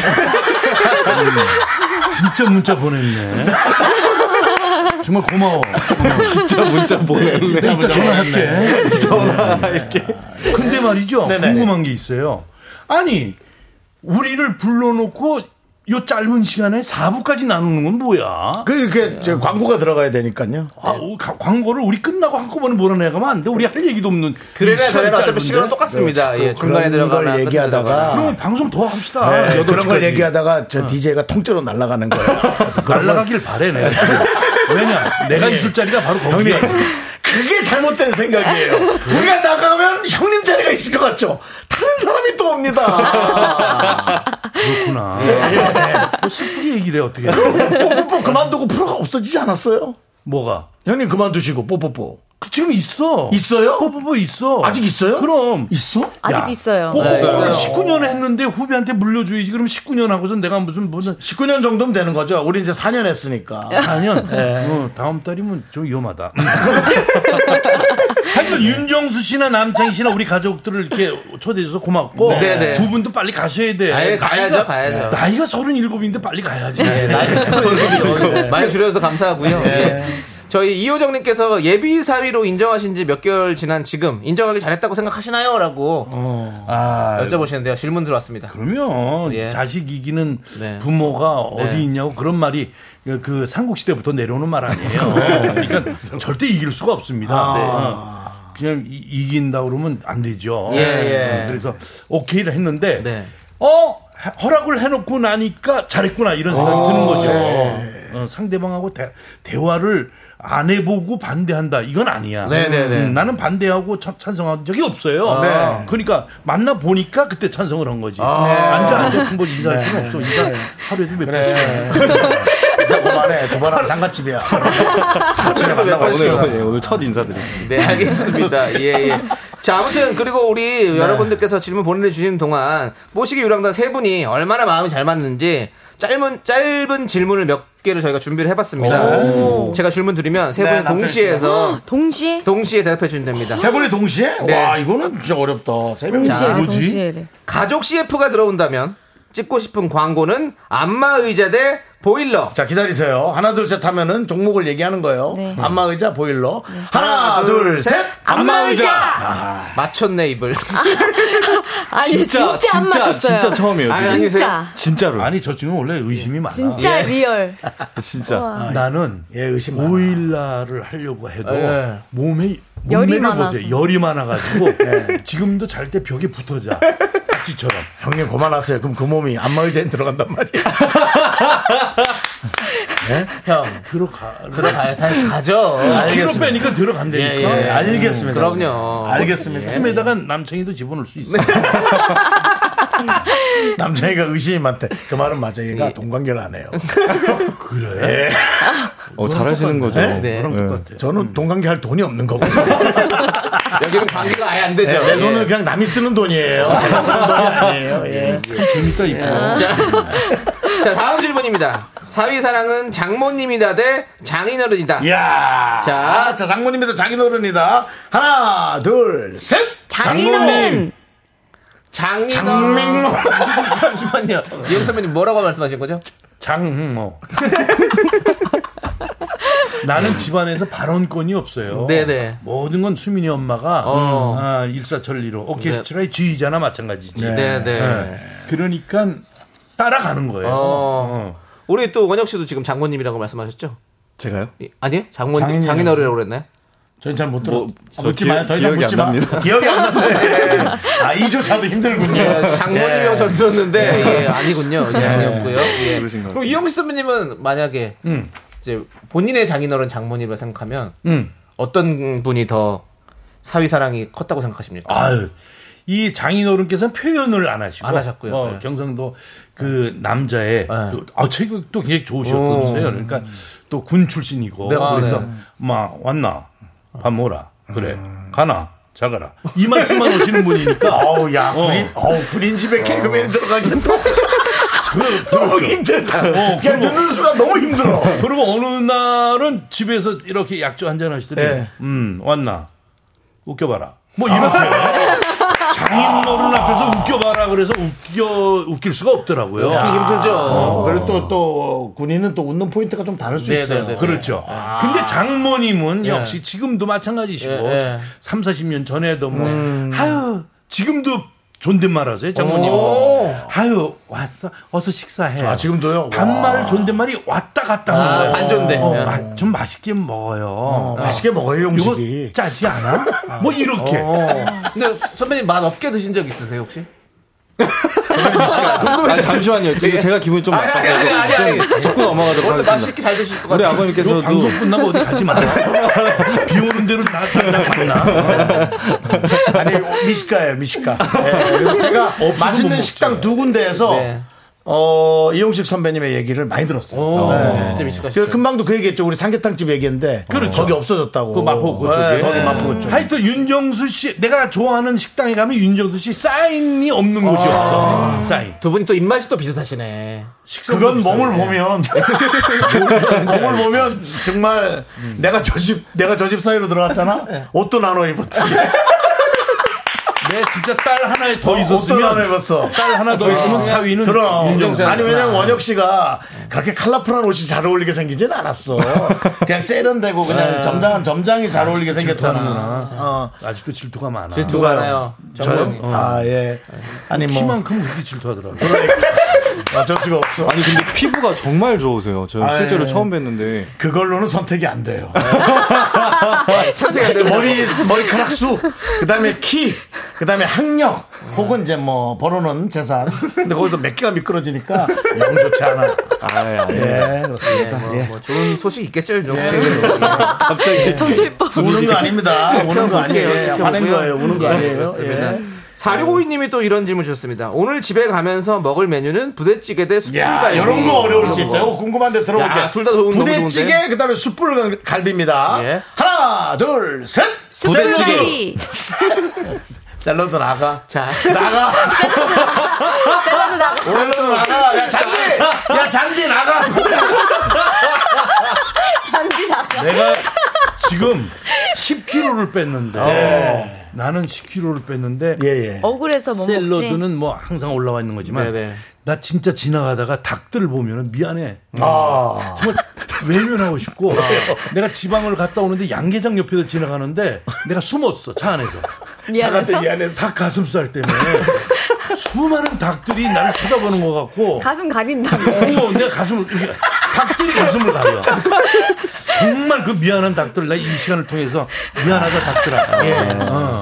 진짜 문자 보냈네 정말 고마워
진짜 문자 보냈네.
진짜 문자 전화할게 전화할게 근데 말이죠
네네네.
궁금한 게 있어요 아니 우리를 불러놓고 요 짧은 시간에 4부까지 나누는 건 뭐야
그렇게 저 광고가 들어가야 되니까요
아, 오, 가- 광고를 우리 끝나고 한꺼번에 몰아내가면 안 돼. 우리 할 얘기도 없는.
그래나
이 시간이
저래나 어차피
짧은데.
시간은 똑같습니다.
예, 그런 중간에 들어가나 걸 얘기하다가 들어가나.
그럼 방송 더 합시다.
네, 어.
여덟
그런 걸
시까지.
얘기하다가 저 DJ가 통째로 날아가는 거예요. 그래서 그런 건-
날라가길 바래
네.
내 왜냐 내가
예.
있을 자리가 바로
형님
거기야.
그게 잘못된 생각이에요. 우리가 나가면 형님 자리가 있을 것 같죠. 다른 사람이 또 옵니다.
그렇구나. 뭐 슬프게 얘기를 해 어떻게?
그 뽀뽀뽀 그만두고 프로가 없어지지 않았어요?
뭐가?
형님 그만두시고 뽀뽀뽀.
그 지금 있어.
있어요?
뽀뽀뽀 있어.
아직 있어요?
그럼
있어?
아직 있어요.
네,
뽀뽀뽀를
있어요.
19년 했는데 후배한테 물려줘야지. 그럼 19년 하고선 내가 무슨 뭐, 무슨
19년 정도면 되는 거죠. 우리 이제 4년 했으니까.
4년.
네.
어, 다음 달이면 좀 위험하다.
네.
하여튼 윤정수 씨나 남창희 씨나 우리 가족들을 이렇게 초대해 줘서 고맙고
네, 네.
두 분도 빨리 가셔야 돼.
아예 가야죠, 가야죠.
나이가 37인데 빨리 가야지.
네, 나이 줄여서 많이 네. 줄여서 감사하고요. 예. 저희 이호정님께서 예비 사위로 인정하신 지 몇 개월 지난 지금 인정하기 잘했다고 생각하시나요? 라고 어.
아,
여쭤보시는데요. 질문 들어왔습니다.
그러면
예.
자식 이기는
네.
부모가
네.
어디 있냐고 그런 말이 그 삼국 시대부터 내려오는 말 아니에요.
네.
그러니까 절대 이길 수가 없습니다. 어, 그냥 이- 이긴다 그러면 안 되죠.
아. 예, 예.
어, 그래서 오케이를 했는데
네. 아, 네.
어 허락을 해놓고 나니까 잘했구나 이런 생각이 드는 거죠. 어, 상대방하고 대, 대화를 안 해보고 반대한다 이건 아니야.
네네네.
음, 나는 반대하고 찬- 찬성한 적이 없어요.
아. 네.
그러니까 만나 보니까 그때 찬성을 한 거지.
아.
앉아 앉아 뭐 인사할
네.
필요 없어. 인사
네.
하루에도 몇 번씩.
인사 그만해. 두 번하면 상가집이야.
하루에도 몇 번씩요?
오늘, 예, 오늘 첫 인사드리겠습니다.
네, 알겠습니다. 예, 예. 자, 아무튼, 그리고 우리 여러분들께서 질문 보내주시는 동안, 모시기 유랑단 세 분이 얼마나 마음이 잘 맞는지, 짧은, 짧은 질문을 몇 개를 저희가 준비를 해봤습니다.
오.
제가 질문 드리면 세
네,
분이
남편
동시에 해서,
헉, 동시에?
동시에 대답해 주면 됩니다.
세 분이 동시에? 와, 이거는 진짜 어렵다. 세 명이
자,
동시에.
가족 CF가 들어온다면, 찍고 싶은 광고는 안마 의자 대 보일러.
자, 기다리세요. 하나, 둘, 셋 하면은 종목을 얘기하는 거예요. 안마 의자, 보일러. 하나,
하나,
둘,
둘,
셋! 아,
셋! 안마 의자! 맞췄네, 입을.
아니 진짜, 안 맞췄어요.
아니, 아니,
진짜.
진짜로. 아니 저 친구 원래 의심이 많아.
진짜 리얼.
아,
진짜.
우와.
나는
예,
보일러를 하려고 해도
예.
몸에
열이
몸매를
많아서.
보세요. 열이 많아가지고
네.
지금도 잘 때 벽에 붙어자. 딱지처럼.
형님 그만하세요. 그럼 그 몸이 안마 의자에 들어간단 말이야.
형 들어가
들어가요. 사실 가죠.
10kg
알겠습니다.
빼니까 들어간다니까.
예, 예.
알겠습니다.
그럼요.
알겠습니다. 품에다가 남창이도 집어넣을 수
네.
있어요.
남자애가 의심이 많대. 그 말은 맞아. 얘가 동관계를 안 해요. 그래?
어, 잘하시는 거죠. 네.
저는 동관계 할 돈이 없는 거고.
여기는 관계가 아예 안
네,
되죠.
내
예.
돈은 그냥 남이 쓰는 돈이에요. 제가 쓰는 돈이 아니에요. 예.
재밌다, 이거.
자, 예. 자, 다음 질문입니다. 사위 사랑은 장모님이다 대 장인어른이다.
이야. 자, 자 장모님이다, 장인어른이다. 하나, 둘, 셋.
장인어른. 장인어른.
장맹모.
잠시만요. 이영 선배님 뭐라고 말씀하신 거죠?
장모. 나는 집안에서 발언권이 없어요.
네네.
모든 건 수민이 엄마가
어.
아, 일사천리로
네.
오케스트라의 주의자나 마찬가지지.
네, 네.
그러니까 따라가는 거예요.
어. 우리 또 원혁 씨도 지금 장모님이라고 말씀하셨죠?
제가요?
이- 아니요? 장모님,
장인이라고.
장인어른이라고 그랬나요?
저는 잘 못
들었- 뭐, 저
묻지
기억-
마요. 더 이상
기억이
묻지
안
마.
납니다.
기억이 안 나네. 아, 이조사도 힘들군요.
예, 장모님이라고 전 들었는데,
예.
예, 아니군요. 이제
예.
아니었고요. 예.
그러신 것
그럼 이영식 선배님은 만약에
음.
이제 본인의 장인어른 장모님으로 생각하면
음.
어떤 분이 더 사위 사랑이 컸다고 생각하십니까?
아유, 이 장인어른께서는 표현을 안 하시고
안 하셨고요.
어,
네. 경상도
그 남자의 그, 아 체격도 굉장히 좋으셨거든요.
오.
그러니까 또 군 출신이고
네, 아,
그래서
네.
막 왔나 밥 먹어라 그래 가나 자가라 이 말씀만 오시는 분이니까
어우, 야, 군인, 어. 우 군인 집에 개그맨이 들어가긴 또. 너무 힘들다.
어,
그냥 듣는 순간 너무 힘들어.
그리고 어느 날은 집에서 이렇게 약주 한잔 하시더니
네. 아.
음 왔나 웃겨봐라 뭐 이렇게 장인어른 앞에서 웃겨봐라 그래서 웃겨 웃길 수가 없더라고요. 아,
웃기 힘들죠. 어. 그리고 또, 또, 군인은 또 웃는 포인트가 좀 다를 수 있어요.
그렇죠. 근데 장모님은
아. 예.
역시 지금도 마찬가지시고
예, 음. 예.
3, 40년 전에도 뭐 아유 지금도 존댓말 하세요, 장모님.
오.
아유, 왔어. 어서 식사해.
아, 지금도요?
반말 존댓말이 왔다 갔다 하는
아,
거예요.
반존대.
어,
예.
마- 좀 맛있게 먹어요.
맛있게 먹어요, 용식이.
이거 짜지 않아? 뭐 이렇게.
어. 근데 선배님 맛 없게 드신 적 있으세요 혹시?
아, 잠시만요. 제가, 제가 기분이 좀
아니, 아니, 아니, 아니, 아니.
나빠서 짚고 넘어가도록
원래
하겠습니다.
맛있게 잘 드실 것
우리
같아요.
아버님께서도
이거 방송 끝나고 어디
가지 마세요. 비 오는 대로 나
아니 미식가예요 미식가. 예, 그래서 제가
없어서 못
맛있는
먹죠.
식당 두 군데에서
네.
어, 이용식 선배님의 얘기를 많이 들었어요.
진짜
네.
미식가시죠.
그래서 금방도 그 얘기했죠. 우리 삼계탕 집 얘기했는데 거기 없어졌다고.
그 마포 그쪽에.
네, 거기 마포 쪽.
하여튼 윤정수 씨, 내가 좋아하는 식당에 가면 윤정수 씨 사인이
아.
없는 곳이 없어. 사인.
두 분이 또 입맛이 또 비슷하시네.
그건 뭐 몸을 보면 예. 음. 몸을 보면 정말 내가 저 집 내가 저 집 사이로 들어갔잖아. 옷도 나눠 입었지.
내 진짜 딸 하나에 더
어, 옷도
있었으면
나눠 입었어.
딸 하나 더 있으면 사위는
그럼
윤정수.
아니 왜냐면 원혁 씨가 그렇게 컬러풀한 옷이 잘 어울리게 생기진 않았어. 그냥 세련되고 그냥
아.
점장한 점장이 잘 어울리게 네. 생겼잖아.
질투하는구나.
어.
아직도 질투가 많아.
질투가
누가요?
많아요.
저요?
정성이. 아, 예. 아니, 뭐.
키만큼 그렇게 질투하더라고.
어쩔 수가 없어.
아니 근데 피부가 정말 좋으세요. 저
아,
실제로
예.
처음 뵀는데
그걸로는 선택이 안 돼요.
선택이 안 돼요.
머리 머리카락 수, 그다음에 키, 그다음에 학력 혹은 이제 뭐 벌어놓은 재산. 근데 거기서 몇 개가 미끄러지니까 영 좋지 않아. 예, 그렇습니다.
뭐,
예.
뭐 좋은 소식 있겠죠, 예. 윤정 씨.
갑자기 우는 거 아닙니다. 우는 거 아니에요.
예. 지켜볼게요.
화낸 거예요. 우는 거
예,
아니에요.
그렇습니다.
예.
4652님이 또 이런 질문 주셨습니다. 오늘 집에 가면서 먹을 메뉴는 부대찌개 대
예. 야,
숯불갈비.
이런 거 어려울 수 있다고 궁금한데 들어볼게요.
뭐. 야, 둘다 너무 좋은데. 예.
부대찌개 그다음에 숯불갈비입니다. 하나, 둘, 셋.
숯불갈비.
샐러드 나가. 나가.
샐러드 나가.
샐러드 나가. 야 잔디, 야 잔디 나가.
잔디 나가.
내가 지금 10kg를 뺐는데
어.
네.
나는 10kg를 뺐는데
예,
억울해서 못 먹지.
샐러드는 뭐 항상 올라와 있는 거지만
뭐 네네.
나 진짜 지나가다가 닭들 보면은 미안해.
아.
정말 외면하고 싶고 내가 지방을 갔다 오는데 양계장 옆에서 지나가는데 내가 숨었어 차 안에서.
미안해서?
예.
닭한테 미안해서?
닭 가슴살 때문에 수많은 닭들이 나를 쳐다보는 것 같고.
가슴 가린다.
어, 내가 가슴을 이렇게 닭들이 가슴을 가려. 정말 그 미안한 닭들 나 이 시간을 통해서 미안하다 닭들아. 어. 네.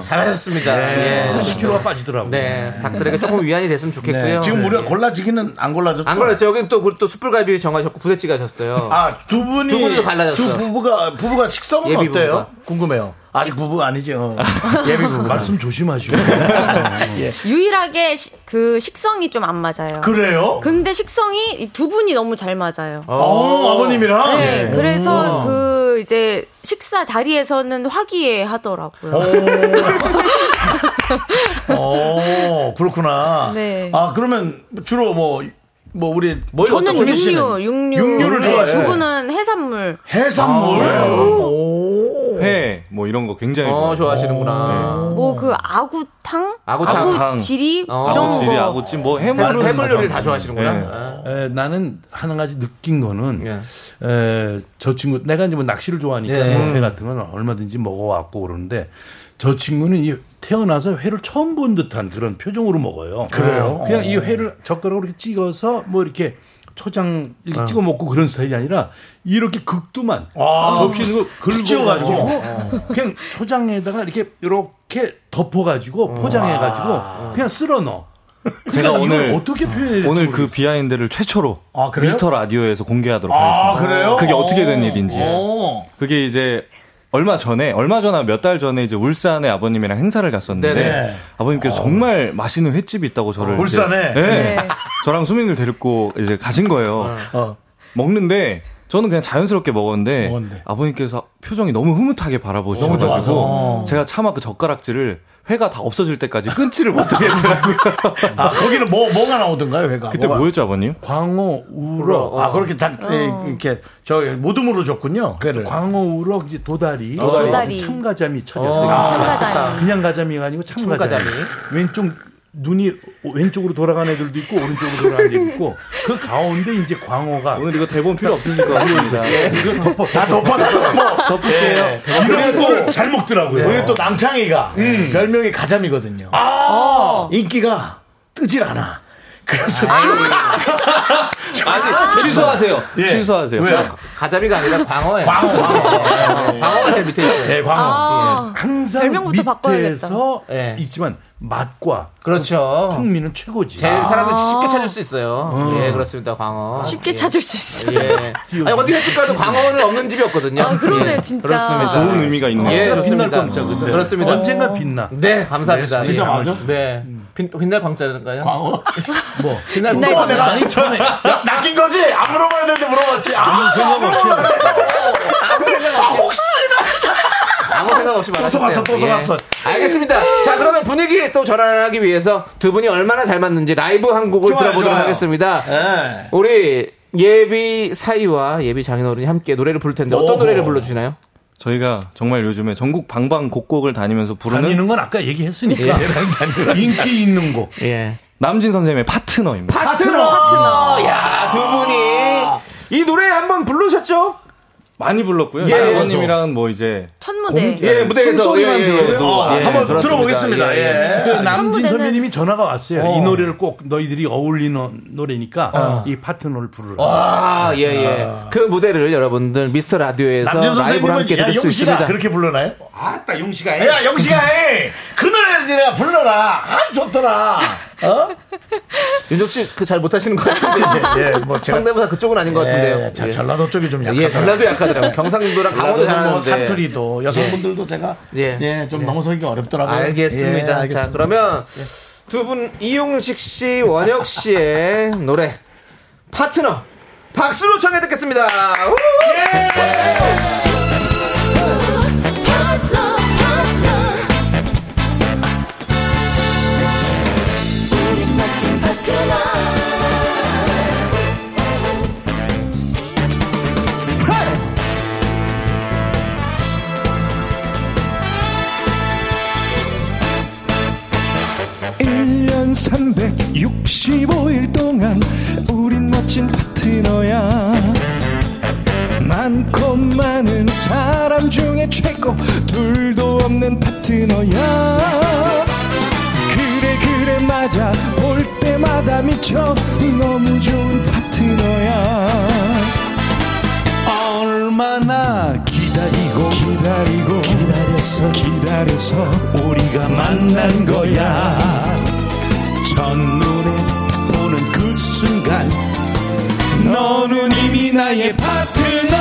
예. 잘하셨습니다. 예.
10kg가 빠지더라고.
네. 닭들에게 조금 위안이 됐으면 좋겠고요.
네, 지금 우리가 골라지기는 안 골라졌죠.
안 걸렸죠. 여기 또, 그리고 또 숯불갈비 정하셨고 부대찌개 하셨어요.
아, 두 분이
두 분이 갈라졌어.
두 부부가 부부가 식성은
예비
어때요?
부부가.
궁금해요. 아직 부부 아니지. 어. 예비 부부.
말씀 조심하시고.
예.
유일하게 시- 그 식성이 좀 안 맞아요.
그래요?
근데 식성이 이두 분이 너무 잘 맞아요.
어, 아버님이랑?
네,
네.
그래서
오.
그 이제 식사 자리에서는 화기애애하더라고요.
어, 그렇구나.
네.
아, 그러면 주로 뭐, 뭐, 우리.
저는
어떤 소리
육류,
씨는?
육류.
육류를
네,
좋아해.
두 분은 해산물.
해산물?
회, 뭐 이런 거 굉장히
어, 좋아하시는구나.
뭐 그 아구탕?
아구탕.
아구지리?
어.
이런
아구지리,
거.
아구찜, 뭐 해물은
네. 해물 요리를
다
다 좋아하시는구나. 네.
예. 에, 나는 한 가지 느낀 거는 에, 저 친구 내가 이제 뭐 낚시를 좋아하니까
네.
뭐 회 같은 건 얼마든지 먹어왔고 그러는데 저 친구는 이 태어나서 회를 처음 본 듯한 그런 표정으로 먹어요.
그래요?
그냥
어.
이 회를 젓가락으로 이렇게 찍어서 뭐 이렇게 초장 이렇게 찍어 먹고 그런 스타일이 아니라 이렇게 극두만
아.
접시 있는 거 긁어가지고
찍어가지고.
그냥 초장에다가 이렇게 이렇게 덮어가지고 포장해가지고 그냥 쓸어 넣어.
제가
그러니까 이걸
오늘
아. 어떻게 표현해야
오늘 그 비하인드를 최초로
그래요?
미스터 라디오에서 공개하도록
아,
하겠습니다.
그래요?
그게 어떻게 된
오.
일인지.
오.
그게 이제 얼마 전에 얼마 전에 몇 달 전에 이제 울산에 아버님이랑 행사를 갔었는데
네네.
아버님께서 정말 맛있는 횟집이 있다고 저를
어, 울산에?
이제- 네.
네.
저랑 수민이를 데리고 이제 가신 거예요. 먹는데 저는 그냥 자연스럽게 먹었는데 아버님께서 표정이 너무 흐뭇하게
너무 좋아서.
바라보셔가지고 제가 차마 그 젓가락질을 회가 다 없어질 때까지 끊지를 못하겠더라고요.
아, 거기는 뭐, 뭐가 나오던가요, 회가?
그때 뭐-
뭐가-
뭐였죠 아버님?
광어, 우럭.
아, 그렇게 다, 예, 이렇게, 저, 모둠으로 줬군요. 회를.
네. 광어, 우럭, 이제 도다리.
도다리.
도다리. 참가자미 쳐졌어요.
어,
참가자미.
그냥 가자미가 아니고 참가자미.
참가자미.
왼쪽 눈이 왼쪽으로 돌아간 애들도 있고 오른쪽으로 돌아간 애도 있고 그 가운데 이제 광어가
오늘 이거 대본 필요 없으실 것 같습니다.
이거 덮어.
다 아, 덮어, 다 덮어.
덮을게요.
예.
대박.
이런
그리고
거잘 네,
먹더라고요.
우리 또 남창희가 별명이 가자미거든요. 인기가 뜨질 않아. 그래서
아니,
취소하세요.
예.
취소하세요.
왜요?
가자미가 아니라 광어예요. 광어, 광어. 광어가 제일 밑에 있어요.
네, 광어.
아,
항상
별명부터 바꿔야겠다.
밑에서
예.
있지만 맛과
그렇죠.
풍미는 최고지.
제일 사람들
아.
쉽게 찾을 수 있어요.
어.
예, 그렇습니다, 광어.
쉽게
예.
찾을 수 있어.
예. 아니, 어디 회집 가도 광어는 없는 집이 없거든요.
아, 그러네,
예.
진짜.
그렇습니다.
좋은 의미가 있네요.
어,
예,
진짜
그렇습니다.
빛날 광자거든.
네. 그렇습니다.
언젠가 빛나.
네, 감사합니다.
네, 진짜
예.
맞아?
네. 빛, 빛날 광자인가요? 광어?
뭐.
빛날
또
광자.
내가
아니, 처음에.
야, 낚인 거지? 안 물어봐야 되는데 물어봤지.
별로
아,
생각 없이
물어봐. 아, 혹시나.
아무 생각 없이 말하셨네요. 예.
속았어, 또 속았어.
알겠습니다. 자, 그러면 분위기 또 전환하기 위해서 두 분이 얼마나 잘 맞는지 라이브 한 곡을
좋아요,
들어보도록
좋아요.
하겠습니다.
예.
우리 예비 사이와 예비 장인어른이 함께 노래를 부를 텐데 어떤
오호.
노래를 불러주시나요?
저희가 정말 요즘에 전국 방방곡곡을 다니면서 부르는
다니는 예, 건 아까 얘기했으니까. 인기 있는 곡.
예.
남진 선생님의 파트너입니다.
파트너. 파트너. 야, 두 분이 이 노래 한번 부르셨죠?
많이 불렀고요.
예.
아버님이랑 뭐 이제
첫 무대 무대.
예, 무대에서
숨소리만
예, 예,
들어요?
도-
아, 한번 들어보겠습니다. 예.
그
아,
남진
무대는-
선배님이 전화가 왔어요.
어.
이 노래를 꼭 너희들이 어울리는 노래니까
어.
이 파트너를 부르라.
아, 예, 예. 그 무대를 여러분들 미스터 라디오에서
남준
라이브로
선생님은
함께 들을
야,
수
용씨가
있습니다.
그렇게
불러나요?
아따 용씨가 해.
예. 야, 영식아, 해! 그 노래를 내가 불러라! 아, 좋더라! 어?
윤정 씨그 잘 못하시는 것 같은데.
예, 뭐 제가-
상대보다 그쪽은 아닌 것 같은데요.
예, 자, 전라도 쪽이 좀 약하더라고요.
예, 전라도 약하더라고요. 경상도랑 강원도
전라도는 뭐
잘하는데.
사투리도 여성분들도 제가
예.
예, 좀 넘어서기가 어렵더라고요.
알겠습니다.
예, 알겠습니다.
자, 그러면 두 분 이용식 씨, 원혁 씨의 노래 파트너 박수로 청해 듣겠습니다. 우!
어,
일년 365일 동안 우린 멋진 파트너야 많고 많은 사람 중에 최고 둘도 없는 파트너야 그래 그래 맞아 볼 때마다 미쳐 너무 좋은 파트너야 얼마나 기다리고 기다리고 기다렸어 기다려서 우리가 만난 거야 첫눈에 딱 보는 그 순간 너는 이미 나의 파트너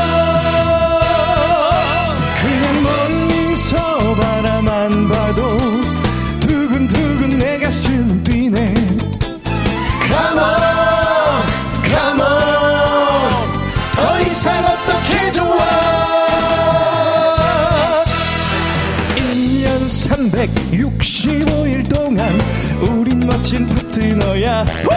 그냥 멀리서 바라만 봐도 두근두근 내 가슴 뛰네 Come on Come on 더 어, 이상 어떻게 좋아 1년 365일 동안 우린 멋진 파트너야 후!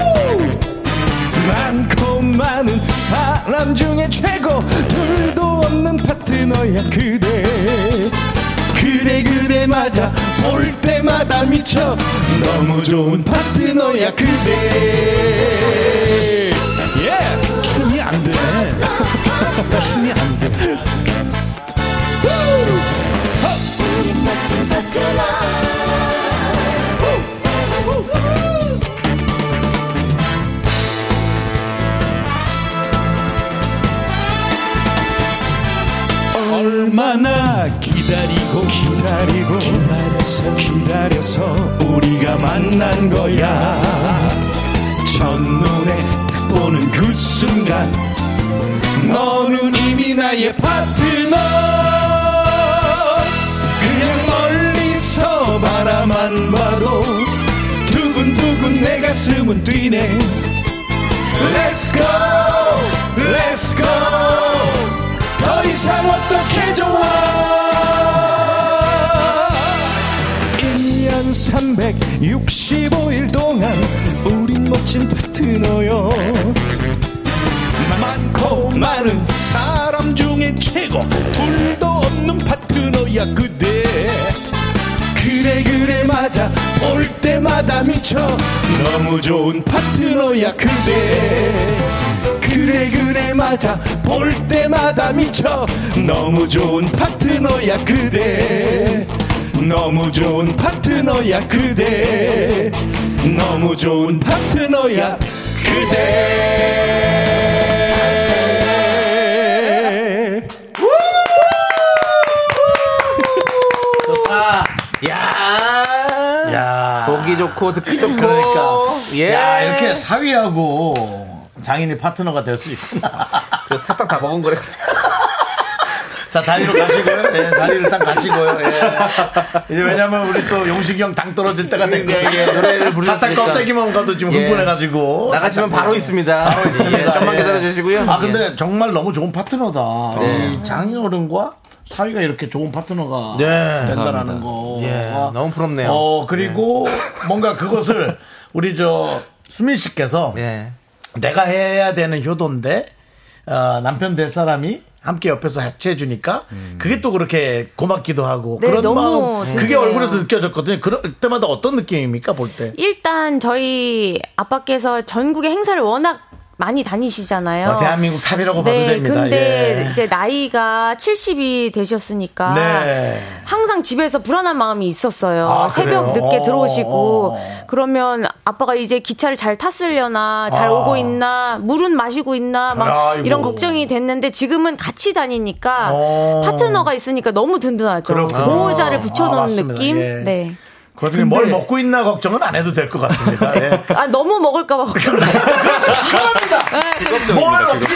많고 많은 사람 중에 최고 둘도 없는 파트너야 그대 그래 그래 맞아 볼 때마다 미쳐 너무 좋은 파트너야 그대 예 춤이 안 되네 춤이 안돼 얼마나 기다리고 기다리고 기다려서 기다려서 우리가 만난 거야 첫눈에 딱 보는 그 순간 너는 이미 나의 파트너 그냥 멀리서 바라만 봐도 두근두근 내 가슴은 뛰네 Let's go Let's go 더 이상 어떻게 좋아 1년 365일 동안 우린 멋진 파트너요 많고 많은 사람 중에 최고 둘도 없는 파트너야 그대 그래 그래 맞아 볼 때마다 미쳐 너무 좋은 파트너야 그대 그래 그래 맞아 볼 때마다 미쳐 너무 좋은 파트너야 그대 너무 좋은 파트너야 그대 너무 좋은 파트너야 그대
좋다.
야.
야.
보기 좋고 듣기 좋고.
그러니까.
예.
야, 이렇게 사위하고 장인이 파트너가 될 수 있구나.
그 사탕 다 먹은 거래.
자, 자리로 가시고요. 예, 자리를 딱 가시고요. 예. 이제 왜냐면 우리 또 용식이 형 당 떨어질 때가 됐고.
예, 예, 노래를 부르셨으니까.
사탕 껍데기만 가도 지금
예.
흥분해가지고.
나가시면
사탕
바로 있습니다.
바로 있습니다.
예, 좀만 기다려주시고요. 예.
아, 근데 정말 너무 좋은 파트너다.
네.
이 장인어른과 사위가 이렇게 좋은 파트너가
네,
된다라는
감사합니다.
거.
예, 너무 부럽네요.
어, 그리고 뭔가 그것을 우리 저 수민 씨께서
예.
내가 해야 되는 효도인데 어, 남편 될 사람이 함께 옆에서 해체해 주니까 그게 또 그렇게 고맙기도 하고
네,
그런
너무
마음 그게
든든해요.
얼굴에서 느껴졌거든요. 그럴 때마다 어떤 느낌입니까 볼 때?
일단 저희 아빠께서 전국의 행사를 워낙 많이 다니시잖아요.
어, 대한민국 탑이라고 봐도
네,
됩니다.
근데
예.
이제 나이가 70이 되셨으니까
네.
항상 집에서 불안한 마음이 있었어요.
아,
새벽
그래요?
늦게
어,
들어오시고 그러면 아빠가 이제 기차를 잘 탔으려나 잘
아.
오고 있나 물은 마시고 있나 막
아이고.
이런 걱정이 됐는데 지금은 같이 다니니까
어.
파트너가 있으니까 너무 든든하죠.
그렇구나.
보호자를
아,
붙여놓은
맞습니다.
느낌.
예.
네.
그 중에 뭘 먹고 있나 걱정은 안 해도 될 것 같습니다. 예.
아 너무 먹을까봐 걱정.
뭘 어떻게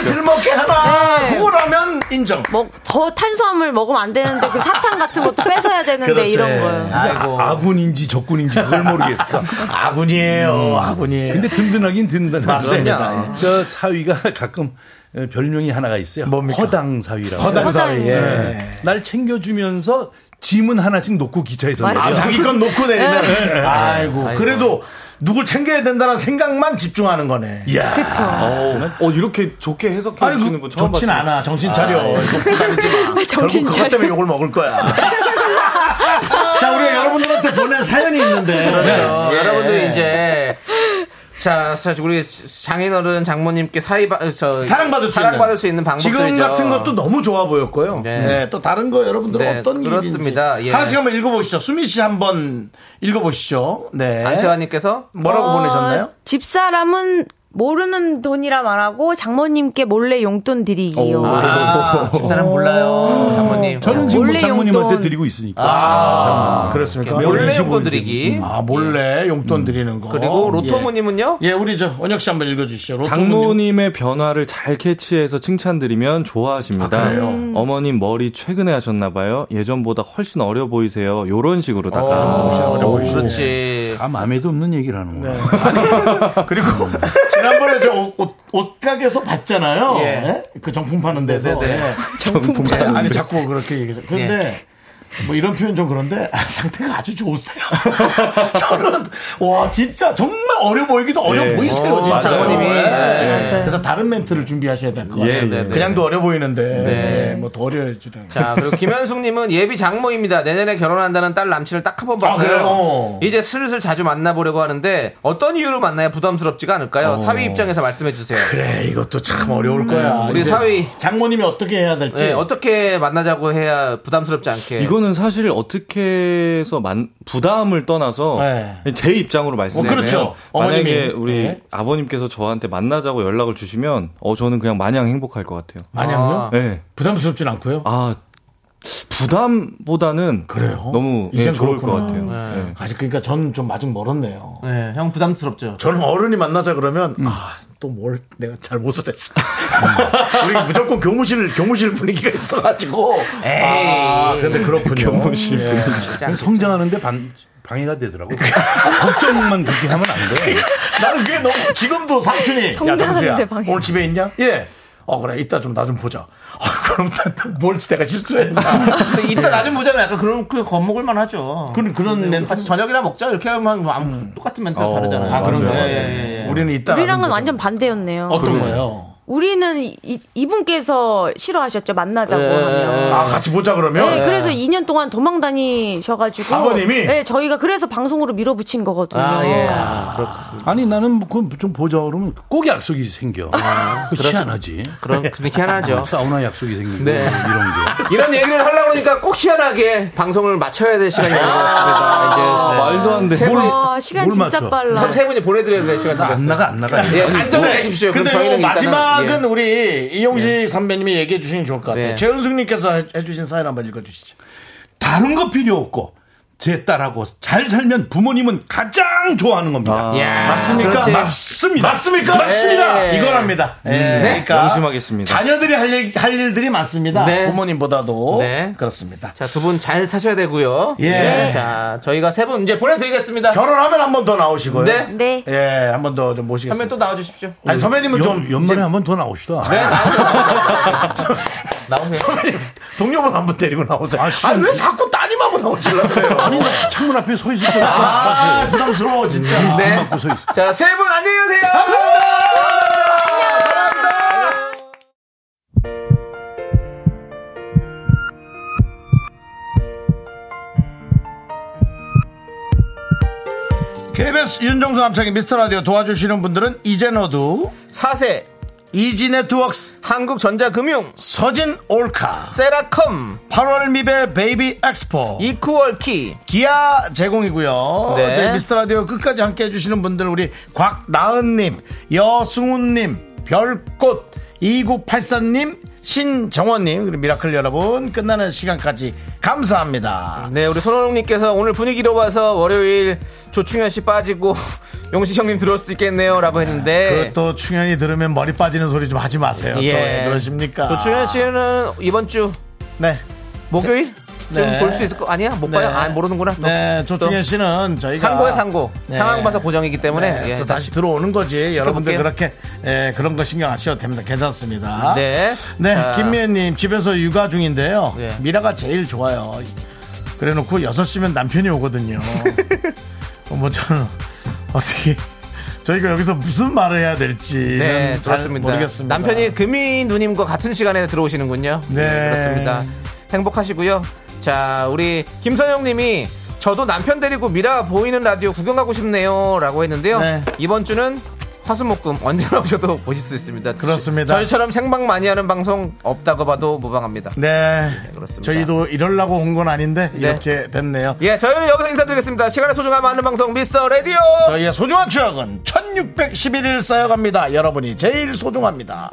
네.
들먹게 하나 그거라면 인정.
뭐, 더 탄수화물 먹으면 안 되는데 그 사탕 같은 것도 뺏어야 되는데 이런
그렇죠.
거요.
아이고. 아, 군인지 적군인지 그걸 모르겠어.
예. 아군이에요, 아군이에요.
근데 든든하긴 든든하다. 아.
맞습니다.
저 사위가 가끔 어, 별명이 하나가 있어요. 허당 사위라고.
허당 사위, 예.
네. 날 챙겨주면서 짐은 하나씩 놓고 기차에서
아,
그렇죠.
내려요.
자기 건 놓고 내리면
네.
네.
예.
아이고, 그래도 누굴 챙겨야 된다는 생각만 집중하는 거네.
예.
이야. 그쵸.
어 이렇게 좋게 해석해
주시는 분 처음
그 좋진
봤어요.
않아. 정신 차려.
아, 예.
이거 부담이지 마.
정신
결국 그것
차려.
때문에 욕을 먹을 거야. 자, 우리가 여러분들한테 보낸 사연이 있는데.
그렇죠.
예.
여러분들이 이제 자, 자, 우리 장인어른 장모님께 사이 바, 저,
사랑받을 수
사랑받을
있는.
수 있는 방법들이죠.
지금 같은 것도 너무 좋아 보였고요. 네. 또 다른 거 여러분들은
네,
어떤
그렇습니다.
일인지
예.
하나씩 한번 읽어보시죠. 수미 씨 한번 읽어보시죠. 네.
안태환님께서 아, 예.
뭐라고
어,
보내셨나요?
집사람은 모르는 돈이라 말하고 장모님께 몰래 용돈 드리기요.
어,
아, 집사람 몰라요. 장모님.
저는 지금 뭐
몰래
장모님한테
용돈.
드리고 있으니까. 뭐
아,
그렇습니까?
몰래 용돈 드리기. 어,
아, 몰래 용돈 드리는 거.
그리고 로토무님은요?
예, 우리 저 원혁 씨 한번 읽어주시죠. 로토무님.
장모님의 변화를 잘 캐치해서 칭찬드리면 좋아하십니다.
아, 그래요? 음.
어머님 머리 최근에 하셨나봐요. 예전보다 훨씬 어려 보이세요. 요런
어,
식으로다가. 아,
그렇지.
다 아, 마음에도 없는 얘기를 하는 거야.
지난번에 저 옷, 옷, 옷가게에서 봤잖아요.
예.
네? 그 정품 파는 데서.
네네.
네.
정품
네,
파는
아니,
데.
자꾸 그렇게 얘기해서. 근데 뭐 이런 표현 좀 그런데 아, 상태가 아주 좋으세요. 저는 와 진짜 정말 어려 보이기도 어려
예.
보이세요
어,
진짜.
장모님이.
예.
예.
맞아요.
그래서 다른 멘트를 준비하셔야 될 것
예,
같아요.
네, 네.
그냥도 어려 보이는데
네.
뭐 더 어려워지는.
자, 그리고 김현숙님은 예비 장모입니다. 내년에 결혼한다는 딸 남친을 딱 한 번
그래요?
봤어요.
어.
이제 슬슬 자주 만나보려고 하는데 어떤 이유로 만나야 부담스럽지가 않을까요?
어.
사위 입장에서 말씀해 주세요.
그래 네, 이것도 참 어려울 거야.
우리
이제
사위.
장모님이 어떻게 해야 될지.
네, 어떻게 만나자고 해야 부담스럽지 않게.
이거는 사실 어떻게 해서 만- 부담을 떠나서 제 입장으로 말씀드리면
어, 그렇죠.
만약에
어머님이.
우리
네.
아버님께서 저한테 만나자고 연락을 주시면 어 저는 그냥 마냥 행복할 것 같아요.
마냥요?
네.
부담스럽진 않고요.
아 부담보다는 그래요. 너무 예,
이젠
좋을
그렇구나.
것 같아요.
네.
예.
아직 그러니까 저는 좀 아직 멀었네요.
네, 형 부담스럽죠.
저는 어른이 만나자 그러면
음.
아. 또 뭘 내가 잘 못을 했어. 우리 무조건 교무실 교무실 분위기가 있어가지고. 아 근데 그렇군요.
교무실
예.
분위기. 성장하는데 방, 방해가 되더라고. 걱정만 그렇게 하면 안 돼.
나는 그게 너무 지금도 삼촌이 야
성장하는데
정수야
방해.
오늘 집에 있냐? 예. 어 그래 이따 좀 나 좀 보자. 어, 그럼 나- 뭘 내가 실수했나? 예.
이따 나좀 보자면 약간 그런 그 겁먹을만 하죠. 네, 뭐
그런 그런 멘트
같이 저녁이나 먹자 이렇게 하면 뭐 아무- 똑같은 멘트가
어,
다르잖아요.
아, 그런가요?
예,
네.
예, 예.
우리는 이따
우리랑은 완전 반대였네요.
거예요?
우리는 이, 이분께서 싫어하셨죠 만나자고 하면.
아 같이 보자 그러면.
네, 그래서 2년 동안 도망 다니셔가지고
아버님이? 아, 예.
네, 저희가 그래서 방송으로 밀어붙인
아,
거거든요.
아,
예.
그렇습니다. 아니 나는 뭐 그건 좀 보자 그러면 꼭 약속이 생겨. 그
그렇습-
희한하지.
그럼 그렇게 희한하죠.
사우나 약속이 생기고
네.
이런 게.
이런 얘기를 하려고 그러니까 꼭 희한하게 방송을 맞춰야 될 시간이 된 것 같습니다. 이제
아, 말도 안 돼.
세
뭘-
분이-
와, 시간 뭘 진짜 맞춰? 빨라.
세 분이 보내드려야 될 시간 됐어요.
안 나가, 안 나가.
예, 안정해 계십시오.
네. 근데
그럼
요
저희는 일단은,
마지막은
예.
우리 이용식 선배님이 얘기해 주시는 게 좋을 것 같아요.
네.
최은숙님께서 해- 해주신 사연 한번 읽어주시죠.
다른 거 필요 없고 제 딸하고 잘 살면 부모님은 가장 좋아하는 겁니다.
예.
야, 그러니까 맞습니까? 그렇지.
맞습니다.
맞습니까?
맞습니다.
네. 이거랍니다.
음,
예, 네. 그러니까
명심하겠습니다.
자녀들이 할, 일, 할 일들이 많습니다.
네.
부모님보다도.
네.
그렇습니다.
자, 두 분 잘 사셔야 되고요.
예.
네, 자, 저희가 세 분 이제 보내드리겠습니다.
결혼하면 한 번 더 나오시고요.
네.
예, 한 번 더 좀
선배님
모시겠습니다.
또 나와주십시오.
아니, 선배님은 좀. 연말에
한 번 더 나옵시다.
네,
나오세요.
선배님, 동료분 한 번 데리고 나오세요. 아, 왜 자꾸 따님하고 나오시려고 그래요?
아니, 나 창문 앞에 서 있을 거야.
아, 부담스러워, 진짜.
네. 자, 세 분 안녕히 계세요. 감사합니다.
KBS 윤정수 남창희 미스터 라디오 도와주시는 분들은 이젠어두
사세
이지네트웍스
한국전자금융
서진 올카
세라컴
8월 미베 베이비 엑스포
이쿠월키
기아 제공이고요
네.
저희 미스터라디오 끝까지 함께 해주시는 분들 우리 곽나은님 여승훈님 별꽃 2984님 신정원님 그리고 미라클 여러분 끝나는 시간까지 감사합니다
네, 우리 손호농님께서 오늘 분위기로 봐서 월요일 조충현 씨 빠지고 용식 형님 들어올 수 있겠네요. 라고 했는데.
아, 그또 충현이 들으면 머리 빠지는 소리 좀 하지 마세요
예.
또 왜 그러십니까
조충현 씨는 이번 주.
네.
목요일? 좀
네.
볼 수 있을 거 아니야? 못
네.
봐요? 아, 모르는구나. 또.
네, 조충현
또
씨는 저희가
상고에 상고.
네.
상황 봐서 고정이기 때문에.
네,
예.
또 다시 들어오는 거지.
지켜볼게요.
여러분들 그렇게 예, 그런 거 신경 안 쓰셔도 됩니다. 괜찮습니다.
네.
네,
자. 예.
김미애님 집에서 육아 중인데요. 미라가 제일 좋아요. 그래놓고 6시면 남편이 오거든요. 어, 뭐 저는 어떻게 저희가 여기서 무슨 말을 해야 될지는
네,
잘
그렇습니다.
모르겠습니다.
남편이 금이 누님과 같은 시간에 들어오시는군요.
네.
그렇습니다. 행복하시고요. 자, 우리 김선영 님이 저도 남편 데리고 미라 보이는 라디오 구경 가고 싶네요. 라고 했는데요. 이번 주는 화수목금 언제나 오셔도 보실 수 있습니다.
그렇습니다.
저희처럼 생방 많이 하는 방송 없다고 봐도 무방합니다.
네,
그렇습니다.
저희도 이럴라고 온 건 아닌데
네.
이렇게 됐네요.
예, 저희는 여기서 인사드리겠습니다. 시간의 소중함 하는 방송 미스터 라디오.
저희의 소중한 추억은 1611일 쌓여갑니다. 여러분이 제일 소중합니다.